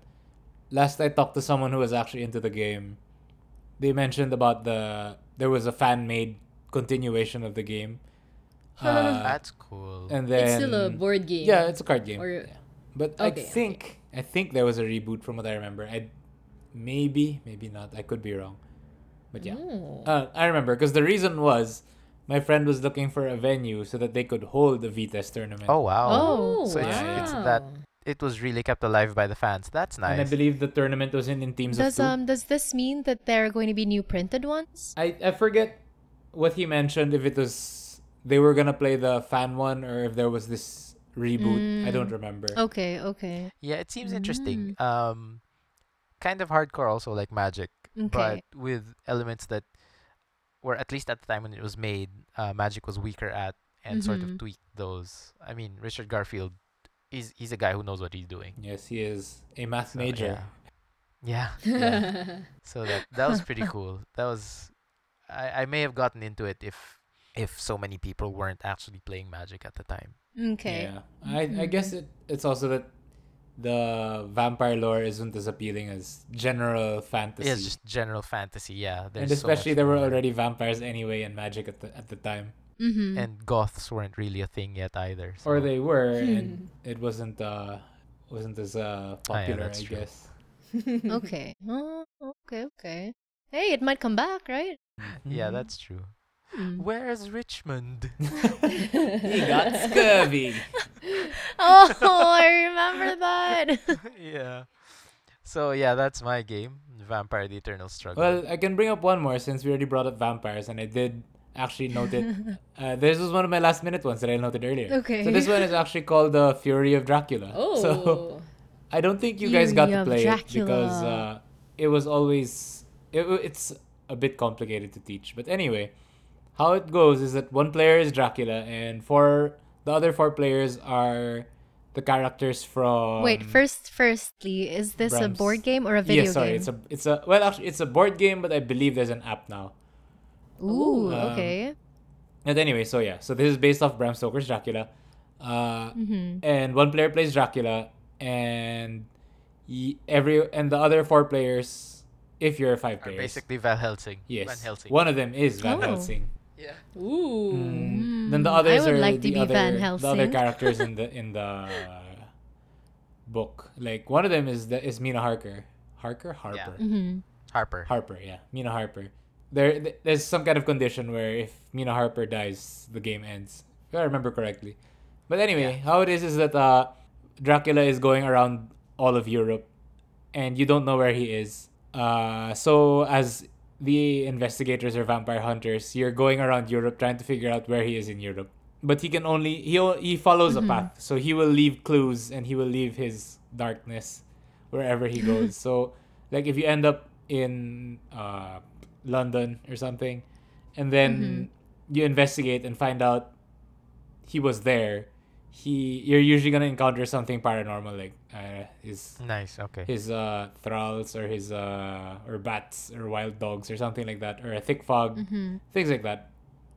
Speaker 4: last I talked to someone who was actually into the game, they mentioned about the there was a fan made continuation of the game Uh,
Speaker 3: That's cool.
Speaker 4: and then
Speaker 2: it's still a board game.
Speaker 4: Yeah, it's a card game.
Speaker 2: Or-
Speaker 4: Yeah. But
Speaker 2: Okay,
Speaker 4: I
Speaker 2: okay.
Speaker 4: think I think there was a reboot from what I remember. I maybe maybe not. I could be wrong. But yeah,
Speaker 2: Oh.
Speaker 4: uh, I remember because the reason was my friend was looking for a venue so that they could hold the Vitas tournament.
Speaker 3: oh wow.
Speaker 2: Oh,
Speaker 3: So
Speaker 2: wow.
Speaker 3: it's- it's that- It was really kept alive by the fans. That's
Speaker 4: And I
Speaker 3: nice.
Speaker 4: believe the tournament was in, in teams
Speaker 1: Does
Speaker 4: of two.
Speaker 1: um does this mean that there are going to be new printed ones?
Speaker 4: I, I forget what he mentioned if it was they were gonna play the fan one or if there was this
Speaker 2: Mm.
Speaker 4: reboot. I don't remember.
Speaker 2: Oh.
Speaker 1: Okay, okay.
Speaker 3: Yeah, it seems interesting. Um, kind of hardcore also like Magic,
Speaker 1: Okay.
Speaker 3: but with elements that were at least at the time when it was made, uh, Magic was weaker at and sort of
Speaker 1: Mhm.
Speaker 3: tweaked those. I mean, Richard Garfield, he's he's a guy who knows what he's doing.
Speaker 4: Yes, he is a math
Speaker 3: So,
Speaker 4: major.
Speaker 3: Yeah. yeah, yeah. so that that was pretty cool. That was, I I may have gotten into it if if so many people weren't actually playing Magic at the time.
Speaker 1: Okay. Mm-hmm.
Speaker 4: Yeah. I, I guess it, it's also that the vampire lore isn't as appealing as general fantasy.
Speaker 3: It's just general fantasy. Yeah,
Speaker 4: and
Speaker 3: there's so much
Speaker 4: especially there were
Speaker 3: more.
Speaker 4: already vampires anyway in magic at the at the time.
Speaker 1: Mm-hmm.
Speaker 3: and goths weren't really a thing yet either.
Speaker 4: Or
Speaker 3: so-
Speaker 4: Mm. they were and
Speaker 1: Hmm.
Speaker 4: it wasn't uh wasn't as uh popular,
Speaker 3: Oh,
Speaker 4: I
Speaker 3: that's true.
Speaker 4: guess.
Speaker 1: okay. Oh, okay, okay. Hey, it might come back, right?
Speaker 3: Yeah, that's true.
Speaker 1: Mm.
Speaker 3: Where's Richmond?
Speaker 4: He got scurvy.
Speaker 1: Oh, I remember that.
Speaker 3: yeah. So yeah, that's my game, Vampire: The Eternal Struggle.
Speaker 4: Well, I can bring up one more since we already brought up vampires, and I did actually note it. Uh, this was one of my last minute ones that I noted earlier.
Speaker 1: Okay.
Speaker 4: So this one is actually called The Fury of Dracula.
Speaker 2: oh.
Speaker 4: So I don't think you guys got
Speaker 1: Fury
Speaker 4: to
Speaker 1: of
Speaker 4: play it
Speaker 1: Dracula.
Speaker 4: because uh, it was always. It, it's a bit complicated to teach. But anyway, how it goes is that one player is Dracula, and four. The other four players are the characters from.
Speaker 1: Wait, first, firstly, is this a
Speaker 4: Bram's-
Speaker 1: board game or a video
Speaker 4: Um, yeah, sorry,
Speaker 1: game?
Speaker 4: it's a it's a well actually it's a board game, but I believe there's an app now.
Speaker 1: Ooh,
Speaker 4: Um,
Speaker 1: okay.
Speaker 4: But anyway, so yeah, so this is based off Bram Stoker's Dracula, uh,
Speaker 1: Mm-hmm.
Speaker 4: and one player plays Dracula, and y- every and the other four players, if you're five
Speaker 3: Or
Speaker 4: players,
Speaker 3: basically Van Helsing.
Speaker 4: yes,
Speaker 3: Van Helsing.
Speaker 4: one of them is Van
Speaker 1: Oh. Hmm.
Speaker 4: Helsing.
Speaker 3: Yeah.
Speaker 2: Ooh.
Speaker 3: mm.
Speaker 4: Then the
Speaker 1: I
Speaker 4: others
Speaker 1: would
Speaker 4: are
Speaker 1: like to
Speaker 4: the
Speaker 1: be
Speaker 4: other
Speaker 1: Van
Speaker 4: the other
Speaker 1: Helsing.
Speaker 4: characters in the in the book. Like one of them is the is Mina Harker, Harker Harper.
Speaker 3: Mm-hmm. Harper.
Speaker 4: Harper, yeah, Mina Harper. There, th- there's some kind of condition where if Mina Harper dies, the game ends. If I remember correctly. But anyway, how it is is that uh, Dracula is going around all of Europe, and you don't know where he is. Uh, so as the investigators or vampire hunters, you're going around Europe trying to figure out where he is in Europe. But he can only he o- he follows a path, so he will leave clues and he will leave his darkness wherever he goes. so, like if you end up in uh, London or something, and then you investigate and find out he was there, he you're usually gonna encounter something paranormal like uh, his
Speaker 3: Nice. Okay.
Speaker 4: his uh, thralls or his uh, or bats or wild dogs or something like that or a thick fog, things like that.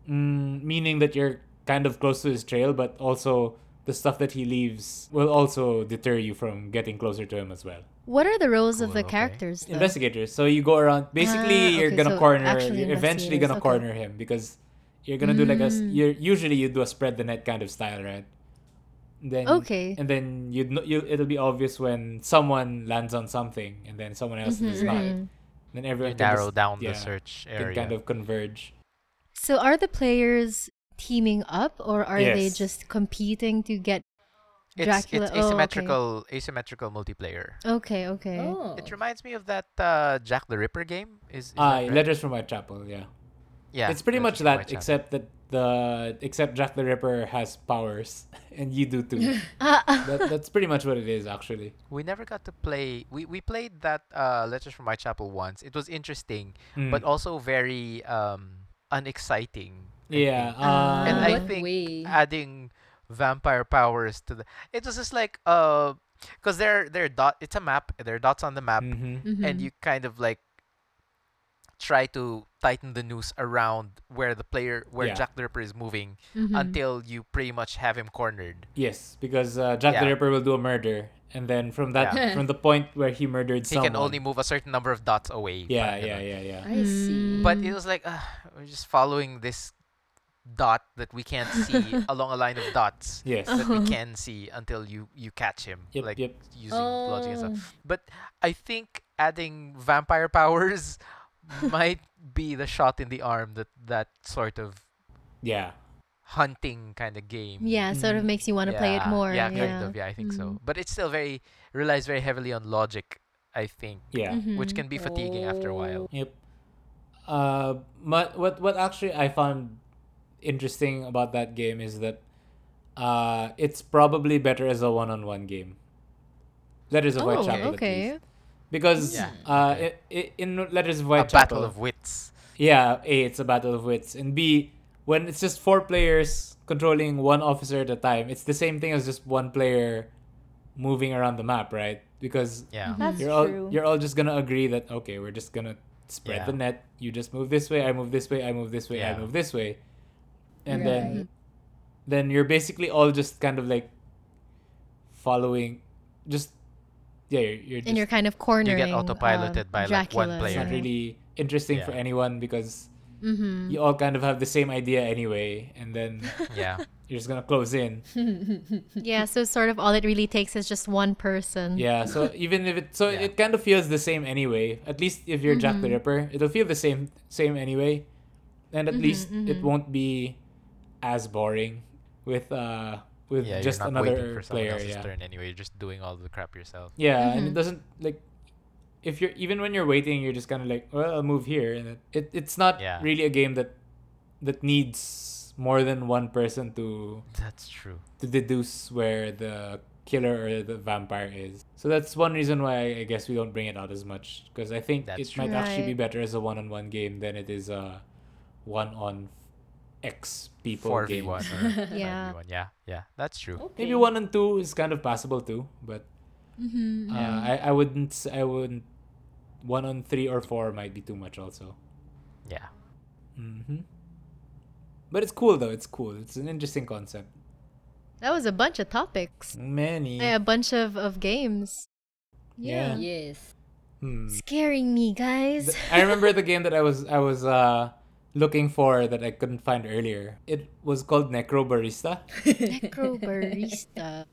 Speaker 4: Mm, meaning that you're kind of close to his trail, but also the stuff that he leaves will also deter you from getting closer to him as well
Speaker 1: What are the roles of
Speaker 3: Cool,
Speaker 1: the
Speaker 3: okay.
Speaker 1: characters? though?
Speaker 4: Uh, investigators. So you go around. Basically,
Speaker 1: Ah,
Speaker 4: you're
Speaker 1: okay,
Speaker 4: gonna
Speaker 1: so
Speaker 4: corner.
Speaker 1: actually
Speaker 4: You're eventually gonna
Speaker 1: investigators, okay. Mm.
Speaker 4: corner him because you're gonna do like a. s- You're usually you do a spread the net kind of style, right? Then
Speaker 1: Okay.
Speaker 4: And then you'd kn- you it'll be obvious when someone lands on something and then someone else
Speaker 1: Mm-hmm,
Speaker 4: does not. Then
Speaker 3: You
Speaker 4: everyone can
Speaker 3: narrow
Speaker 4: just-
Speaker 3: down
Speaker 4: yeah,
Speaker 3: the search
Speaker 4: Can
Speaker 3: area.
Speaker 4: kind of converge.
Speaker 1: So are the players teaming up or are they
Speaker 4: Yes.
Speaker 1: just competing to get
Speaker 3: it's,
Speaker 1: Dracula-
Speaker 3: it's
Speaker 1: oh, okay.
Speaker 3: asymmetrical asymmetrical multiplayer.
Speaker 1: Okay, okay.
Speaker 2: Oh.
Speaker 3: It reminds me of that uh, Jack the Ripper game. Is, is that
Speaker 4: Ah,
Speaker 3: right?
Speaker 4: letters from Whitechapel. Yeah.
Speaker 3: Yeah.
Speaker 4: it's pretty much
Speaker 3: Letters
Speaker 4: that,
Speaker 3: from Whitechapel.
Speaker 4: except that the except Jack the Ripper has powers and you do too.
Speaker 1: Uh,
Speaker 4: that, that's pretty much what it is actually.
Speaker 3: We never got to play. We, we played that uh, Letters from Whitechapel once. It was interesting, but
Speaker 4: Hmm.
Speaker 3: also very um, unexciting. I
Speaker 4: Yeah.
Speaker 3: think.
Speaker 4: Uh,
Speaker 3: and I
Speaker 2: What
Speaker 3: think
Speaker 2: way?
Speaker 3: adding vampire powers to the it was just like uh because there there are dot it's a map there are dots on the map
Speaker 4: mhm.
Speaker 2: Mm-hmm.
Speaker 3: and you kind of like try to tighten the noose around where the player where
Speaker 4: Yeah.
Speaker 3: Jack the Ripper is moving
Speaker 2: Mm-hmm.
Speaker 3: until you pretty much have him cornered.
Speaker 4: Yes, because uh, Jack the
Speaker 3: Yeah.
Speaker 4: Ripper will do a murder, and then from that,
Speaker 2: Yeah.
Speaker 4: from the point where he murdered
Speaker 3: He
Speaker 4: someone,
Speaker 3: can only move a certain number of dots away.
Speaker 4: yeah,
Speaker 3: but, you
Speaker 4: yeah,
Speaker 3: know.
Speaker 4: yeah, yeah,
Speaker 1: Mm-hmm.
Speaker 2: I see.
Speaker 3: But it was like uh, we're just following this dot that we can't see along a line of dots
Speaker 4: Yes.
Speaker 3: that
Speaker 1: Uh-huh.
Speaker 3: we can see until you you catch him
Speaker 4: Yep,
Speaker 3: like
Speaker 4: yep.
Speaker 3: using logic and stuff
Speaker 1: Oh.
Speaker 3: but i think adding vampire powers might be the shot in the arm that that sort of
Speaker 4: Yeah.
Speaker 3: hunting kind of game
Speaker 1: Yeah, sort of
Speaker 4: Mm-hmm.
Speaker 1: makes you want to play it more. Mm-hmm.
Speaker 3: yeah kind of yeah i think so but it's still very relies very heavily on logic i think
Speaker 4: Yeah.
Speaker 1: Mm-hmm.
Speaker 3: which can be fatiguing after a while
Speaker 4: Yep. Uh, my, what what actually I found interesting about that game is that uh, it's probably better as a one-on-one game. Letters of
Speaker 1: Oh,
Speaker 4: Whitechapel, at
Speaker 1: okay.
Speaker 4: least. Because
Speaker 3: Yeah.
Speaker 4: uh, i i in Letters of
Speaker 3: a
Speaker 4: Whitechapel,
Speaker 3: battle of wits
Speaker 4: yeah, a it's a battle of wits, and b when it's just four players controlling one officer at a time, it's the same thing as just one player moving around the map, right? Because
Speaker 3: yeah
Speaker 5: That's
Speaker 4: you're
Speaker 5: true.
Speaker 4: all you're all just gonna agree that okay, we're just gonna spread
Speaker 3: Yeah.
Speaker 4: the net. You just move this way, I move this way, I move this way,
Speaker 3: Yeah.
Speaker 4: I move this way, and
Speaker 2: Right.
Speaker 4: then then you're basically all just kind of like following, just yeah, you're, you're just
Speaker 1: And you're kind of cornering.
Speaker 3: autopiloted
Speaker 1: um,
Speaker 3: by, like, one
Speaker 1: Dracula,
Speaker 3: player.
Speaker 4: it's not really interesting for
Speaker 3: Yeah.
Speaker 4: anyone because
Speaker 1: Mhm.
Speaker 4: you all kind of have the same idea anyway, and then
Speaker 1: Mm-hmm.
Speaker 3: yeah
Speaker 4: you're just gonna close in.
Speaker 1: Yeah, so sort of all it really takes is just one person.
Speaker 4: Yeah, so even if it so
Speaker 3: Yeah.
Speaker 4: it kind of feels the same anyway. At least if you're Jack the Ripper, it'll feel the same same anyway. And at least it won't be as boring with uh with
Speaker 3: yeah
Speaker 4: just
Speaker 3: you're not waiting
Speaker 4: another
Speaker 3: for someone
Speaker 4: player.
Speaker 3: else's
Speaker 4: Yeah.
Speaker 3: turn anyway you're just doing all the crap yourself
Speaker 4: Yeah, and it doesn't like if you're even when you're waiting, you're just kind of like, well, I'll move here, and it, it it's not
Speaker 3: Yeah.
Speaker 4: really a game that that needs more than one person to
Speaker 3: that's true
Speaker 4: to deduce where the killer or the vampire is. So that's one reason why I guess we don't bring it out as much because I think
Speaker 3: That's
Speaker 4: it
Speaker 3: true.
Speaker 4: might actually be
Speaker 1: Right.
Speaker 4: better as a one-on-one game than it is a one-on X people
Speaker 3: four v
Speaker 4: game.
Speaker 3: one.
Speaker 1: Yeah.
Speaker 3: Yeah. yeah, yeah, that's true.
Speaker 2: Okay.
Speaker 4: Maybe one and two is kind of passable too, but
Speaker 1: Mm-hmm.
Speaker 4: uh, I I wouldn't s- I wouldn't one on three or four might be too much also.
Speaker 3: Yeah,
Speaker 4: hmm But it's cool though. It's cool. It's an interesting concept.
Speaker 1: That was a bunch of topics.
Speaker 4: Many.
Speaker 1: Yeah, A bunch of, of games.
Speaker 4: Yeah.
Speaker 2: Yes.
Speaker 4: Hmm.
Speaker 1: Scaring me, guys.
Speaker 4: Th- I remember the game that I was I was uh looking for that I couldn't find earlier. It was called Necro Barista.
Speaker 1: Necrobarista.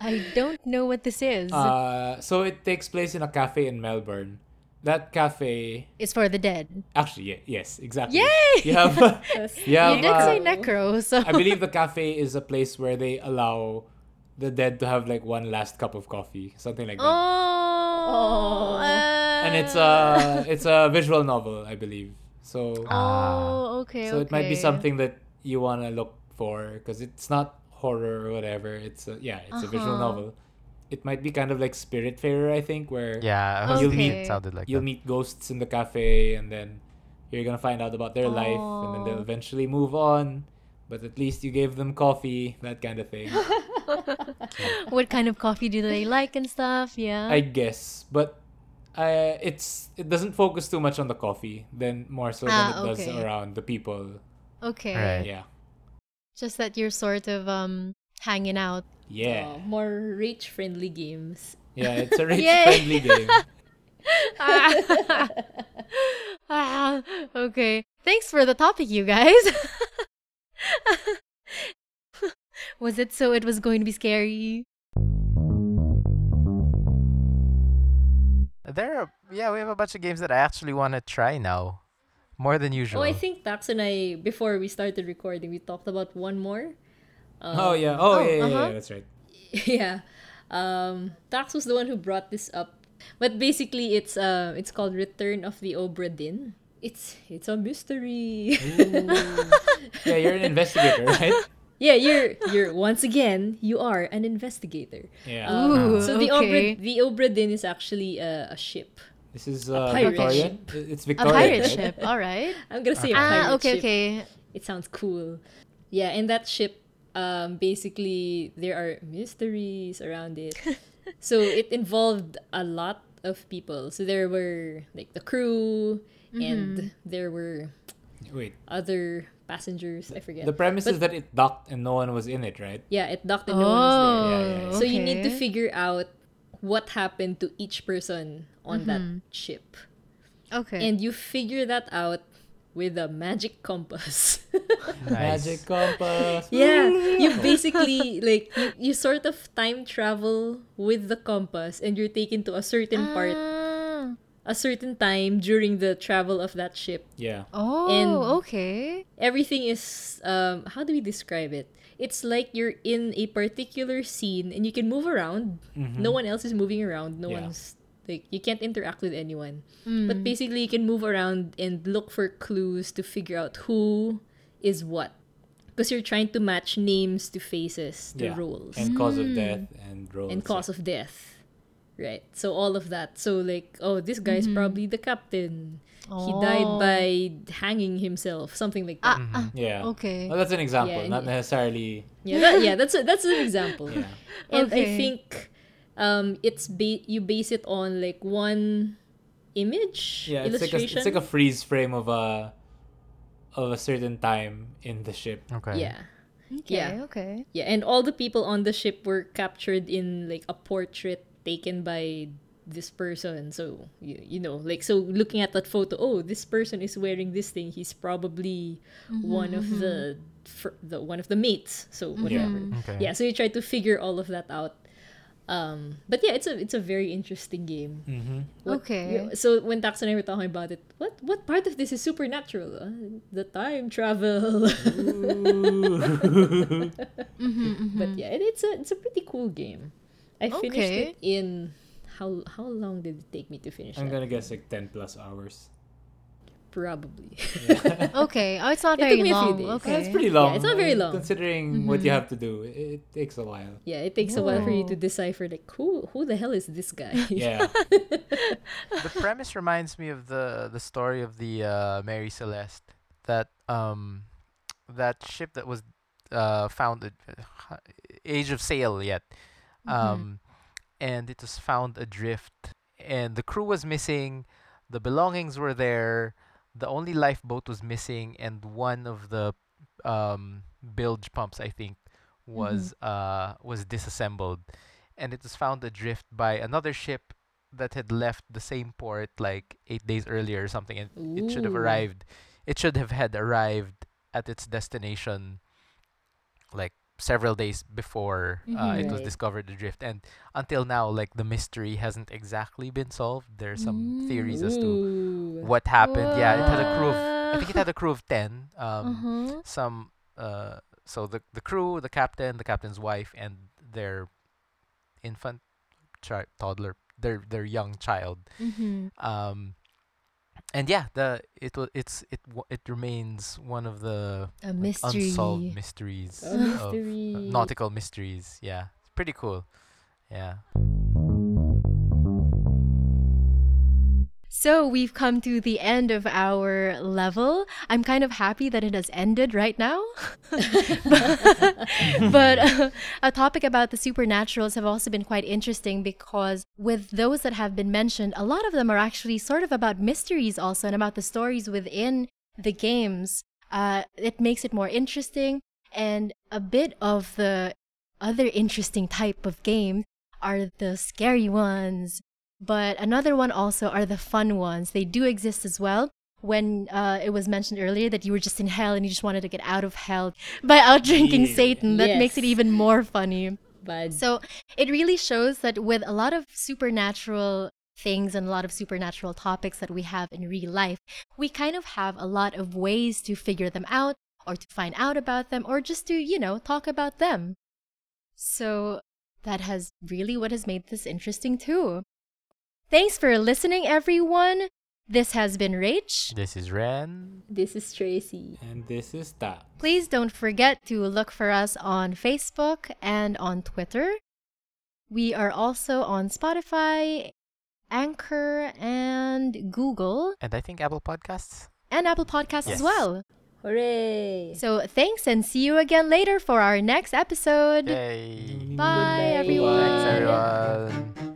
Speaker 1: I don't know what this is.
Speaker 4: Uh, so it takes place in a cafe in Melbourne. That cafe,
Speaker 1: it's for the dead.
Speaker 4: actually, yeah, yes, exactly.
Speaker 1: Yay!
Speaker 4: You have, you have,
Speaker 1: you did say
Speaker 4: uh,
Speaker 1: necro, so
Speaker 4: I believe the cafe is a place where they allow the dead to have like one last cup of coffee, something like that.
Speaker 1: Oh,
Speaker 2: Oh.
Speaker 1: uh,
Speaker 4: And it's a it's a visual novel, I believe. So
Speaker 3: Ah.
Speaker 1: Oh, okay.
Speaker 4: so it might be
Speaker 1: okay.
Speaker 4: something that you want to look for because it's not horror or whatever it's a, yeah it's a visual
Speaker 1: Uh-huh.
Speaker 4: novel it might be kind of like spirit fairer i think where
Speaker 3: yeah. I was
Speaker 1: You'll
Speaker 3: thinking
Speaker 1: meet-
Speaker 3: it sounded like
Speaker 4: you'll
Speaker 3: that.
Speaker 4: meet ghosts in the cafe and then you're gonna find out about their life and then
Speaker 1: Oh.
Speaker 4: they'll eventually move on but at least you gave them coffee that kind of thing
Speaker 1: What kind of coffee do they like and stuff? Yeah.
Speaker 4: i guess but uh, it's it doesn't focus too much on the coffee then more so than
Speaker 1: Ah,
Speaker 4: it does
Speaker 1: okay.
Speaker 4: around the people
Speaker 1: okay.
Speaker 3: Right.
Speaker 4: yeah
Speaker 1: Just that you're sort of um hanging out.
Speaker 2: Oh,
Speaker 4: yeah
Speaker 2: more rage friendly games.
Speaker 4: yeah it's a rich
Speaker 1: Yay.
Speaker 4: friendly game
Speaker 1: Ah, okay. Thanks for the topic, you guys. was it so it was going to be scary?
Speaker 3: There are yeah, we have a bunch of games that I actually want to try now, more than usual.
Speaker 2: Oh, I think that's when I before we started recording, we talked about one more.
Speaker 4: Oh yeah. Oh,
Speaker 1: Oh,
Speaker 4: yeah, yeah,
Speaker 1: uh-huh.
Speaker 4: yeah. That's right.
Speaker 2: yeah. Um, Tax was the one who brought this up, but basically, it's uh, it's called Return of the Obra Dinn. It's it's a mystery.
Speaker 4: Yeah, you're an investigator, right?
Speaker 2: yeah, you're you're once again you are an investigator.
Speaker 4: Yeah.
Speaker 2: Um,
Speaker 1: Ooh,
Speaker 2: so the
Speaker 1: okay.
Speaker 2: Obra the Obra Dinn is actually a, a ship.
Speaker 4: This is uh,
Speaker 2: pirate
Speaker 4: Victorian. I- It's
Speaker 3: Oh,
Speaker 1: A
Speaker 4: Victorian.
Speaker 1: pirate
Speaker 4: right?
Speaker 1: ship. All right.
Speaker 2: I'm gonna say a pirate
Speaker 1: Ah, okay,
Speaker 2: ship.
Speaker 1: okay.
Speaker 2: It sounds cool. Yeah, and that ship, um, basically there are mysteries around it. so it involved a lot of people. So there were like the crew,
Speaker 1: Mm-hmm.
Speaker 2: and there were
Speaker 4: Wait.
Speaker 2: other passengers. I forget.
Speaker 4: The premise is that it docked and no one was in it, right?
Speaker 2: yeah, it docked and no one was there.
Speaker 1: Oh,
Speaker 4: Yeah, yeah, yeah.
Speaker 2: So you need to
Speaker 1: okay.
Speaker 2: figure out what happened to each person on that ship.
Speaker 1: Mm-hmm. Okay.
Speaker 2: And you figure that out with a magic compass.
Speaker 3: Nice.
Speaker 4: Magic compass.
Speaker 2: yeah, you basically like you, you sort of time travel with the compass and you're taken to a certain part,
Speaker 1: Ah.
Speaker 2: a certain time during the travel of that ship.
Speaker 4: Yeah.
Speaker 1: Oh,
Speaker 2: And-
Speaker 1: okay.
Speaker 2: Everything is um how do we describe it? It's like you're in a particular scene and you can move around. No one else is moving around. No
Speaker 4: Mm-hmm. Yeah.
Speaker 2: one's like you can't interact with anyone. But basically you can move around and look for clues to figure out who is what. Because you're trying to match names to faces, to
Speaker 4: yeah.
Speaker 2: roles.
Speaker 4: And cause
Speaker 1: Mm.
Speaker 4: of death and roles.
Speaker 2: and cause of death. Right. So all of that. So like, oh, this guy's probably the captain. He died
Speaker 1: Mm-hmm. Oh.
Speaker 2: by hanging himself, something like that.
Speaker 1: Ah, ah,
Speaker 4: Yeah.
Speaker 1: okay.
Speaker 4: Well, that's an example,
Speaker 2: Yeah,
Speaker 4: not
Speaker 2: and-
Speaker 4: necessarily.
Speaker 2: Yeah, that, yeah, that's a, that's an example.
Speaker 4: Yeah.
Speaker 2: And I
Speaker 1: Okay.
Speaker 2: think um it's ba- you base it on like one image
Speaker 4: Yeah. It's like a,
Speaker 2: illustration.
Speaker 4: it's like a freeze frame of a of a certain time in the ship.
Speaker 3: Okay.
Speaker 2: yeah.
Speaker 1: Okay,
Speaker 2: yeah.
Speaker 1: okay.
Speaker 2: Yeah, and all the people on the ship were captured in like a portrait taken by this person. So you, you know, like so looking at that photo, oh, this person is wearing this thing. He's probably one of the fr- the one of the mates. So whatever.
Speaker 3: Okay.
Speaker 2: Yeah, so you try to figure all of that out. Um, but yeah, it's a it's a very interesting game.
Speaker 4: Mm-hmm.
Speaker 2: What-
Speaker 1: Okay.
Speaker 2: yeah, so when Dax and I were talking about it, what what part of this is supernatural? Uh, the time travel.
Speaker 1: Mm-hmm,
Speaker 2: But yeah, it, it's a it's a pretty cool game. I finished
Speaker 1: Mm. Okay.
Speaker 2: it in how how long did it take me to finish
Speaker 4: I'm
Speaker 2: that?
Speaker 4: gonna guess like ten plus hours.
Speaker 2: Probably.
Speaker 1: Okay. Oh, it's not
Speaker 2: It took
Speaker 1: very
Speaker 2: me a few
Speaker 1: long.
Speaker 2: days.
Speaker 1: Okay.
Speaker 4: That's pretty long.
Speaker 2: it's not very
Speaker 4: uh,
Speaker 2: long.
Speaker 4: Considering what you have to do, it, it takes a while.
Speaker 2: yeah, it takes a while for you to
Speaker 1: Whoa.
Speaker 2: decipher like who who the hell is this guy?
Speaker 4: Yeah.
Speaker 3: the premise reminds me of the the story of the uh, Mary Celeste, that um, that ship that was uh, founded, age of sail yet,
Speaker 1: Mhm.
Speaker 3: um, and it was found adrift, and the crew was missing, the belongings were there, the only lifeboat was missing, and one of the um, bilge pumps, I think, was uh, was disassembled, and it was found adrift by another ship that had left the same port like eight days earlier or something, and it should have
Speaker 2: Ooh.
Speaker 3: arrived. It should have had arrived at its destination, like several days before uh, it was
Speaker 2: Right.
Speaker 3: discovered adrift. And until now, like the mystery hasn't exactly been solved. There's some theories as to
Speaker 2: Ooh.
Speaker 3: what happened. Yeah, it had a crew of I
Speaker 1: Wow.
Speaker 3: think it had a crew of ten. Um,
Speaker 1: Uh-huh.
Speaker 3: some uh so the the crew, the captain, the captain's wife, and their infant chi- toddler, their their young child.
Speaker 1: Mhm.
Speaker 3: Um, and yeah, the it wa- it's it wa- it remains one of the
Speaker 1: A
Speaker 3: like,
Speaker 1: mystery.
Speaker 3: unsolved mysteries
Speaker 2: A
Speaker 3: of uh,
Speaker 2: mystery.
Speaker 3: nautical mysteries. Yeah, it's pretty cool. Yeah.
Speaker 1: So we've come to the end of our level. I'm kind of happy that it has ended right now. but but, uh, a topic about the supernaturals have also been quite interesting because with those that have been mentioned, a lot of them are actually sort of about mysteries also and about the stories within the games. Uh, it makes it more interesting and a bit of the other interesting type of game are the scary ones but another one also are the fun ones. They do exist as well. When uh, it was mentioned earlier that you were just in hell and you just wanted to get out of hell by out drinking
Speaker 4: Yeah.
Speaker 1: Satan, that makes it
Speaker 2: Yes.
Speaker 1: even more funny.
Speaker 2: But
Speaker 1: So it really shows that with a lot of supernatural things and a lot of supernatural topics that we have in real life, we kind of have a lot of ways to figure them out or to find out about them or just to, you know, talk about them. So that has really what has made this interesting too. Thanks for listening, everyone. This has been Rach.
Speaker 3: This is Ren.
Speaker 2: this is Tracy.
Speaker 4: and this is that.
Speaker 1: Please don't forget to look for us on Facebook and on Twitter. We are also on Spotify, Anchor, and Google,
Speaker 3: And I think Apple Podcasts.
Speaker 1: and Apple Podcasts as
Speaker 3: Yes.
Speaker 1: well.
Speaker 2: Hooray!
Speaker 1: So thanks and see you again later for our next episode.
Speaker 3: Yay.
Speaker 1: Bye,
Speaker 2: Goodbye.
Speaker 1: everyone.
Speaker 3: Thanks,
Speaker 1: Mm.
Speaker 3: everyone.
Speaker 1: Bye.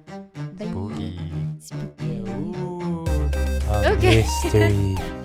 Speaker 3: Spooky.
Speaker 1: Spooky.
Speaker 4: Yeah, ooh.
Speaker 1: Okay.
Speaker 3: Mystery.
Speaker 1: Ah.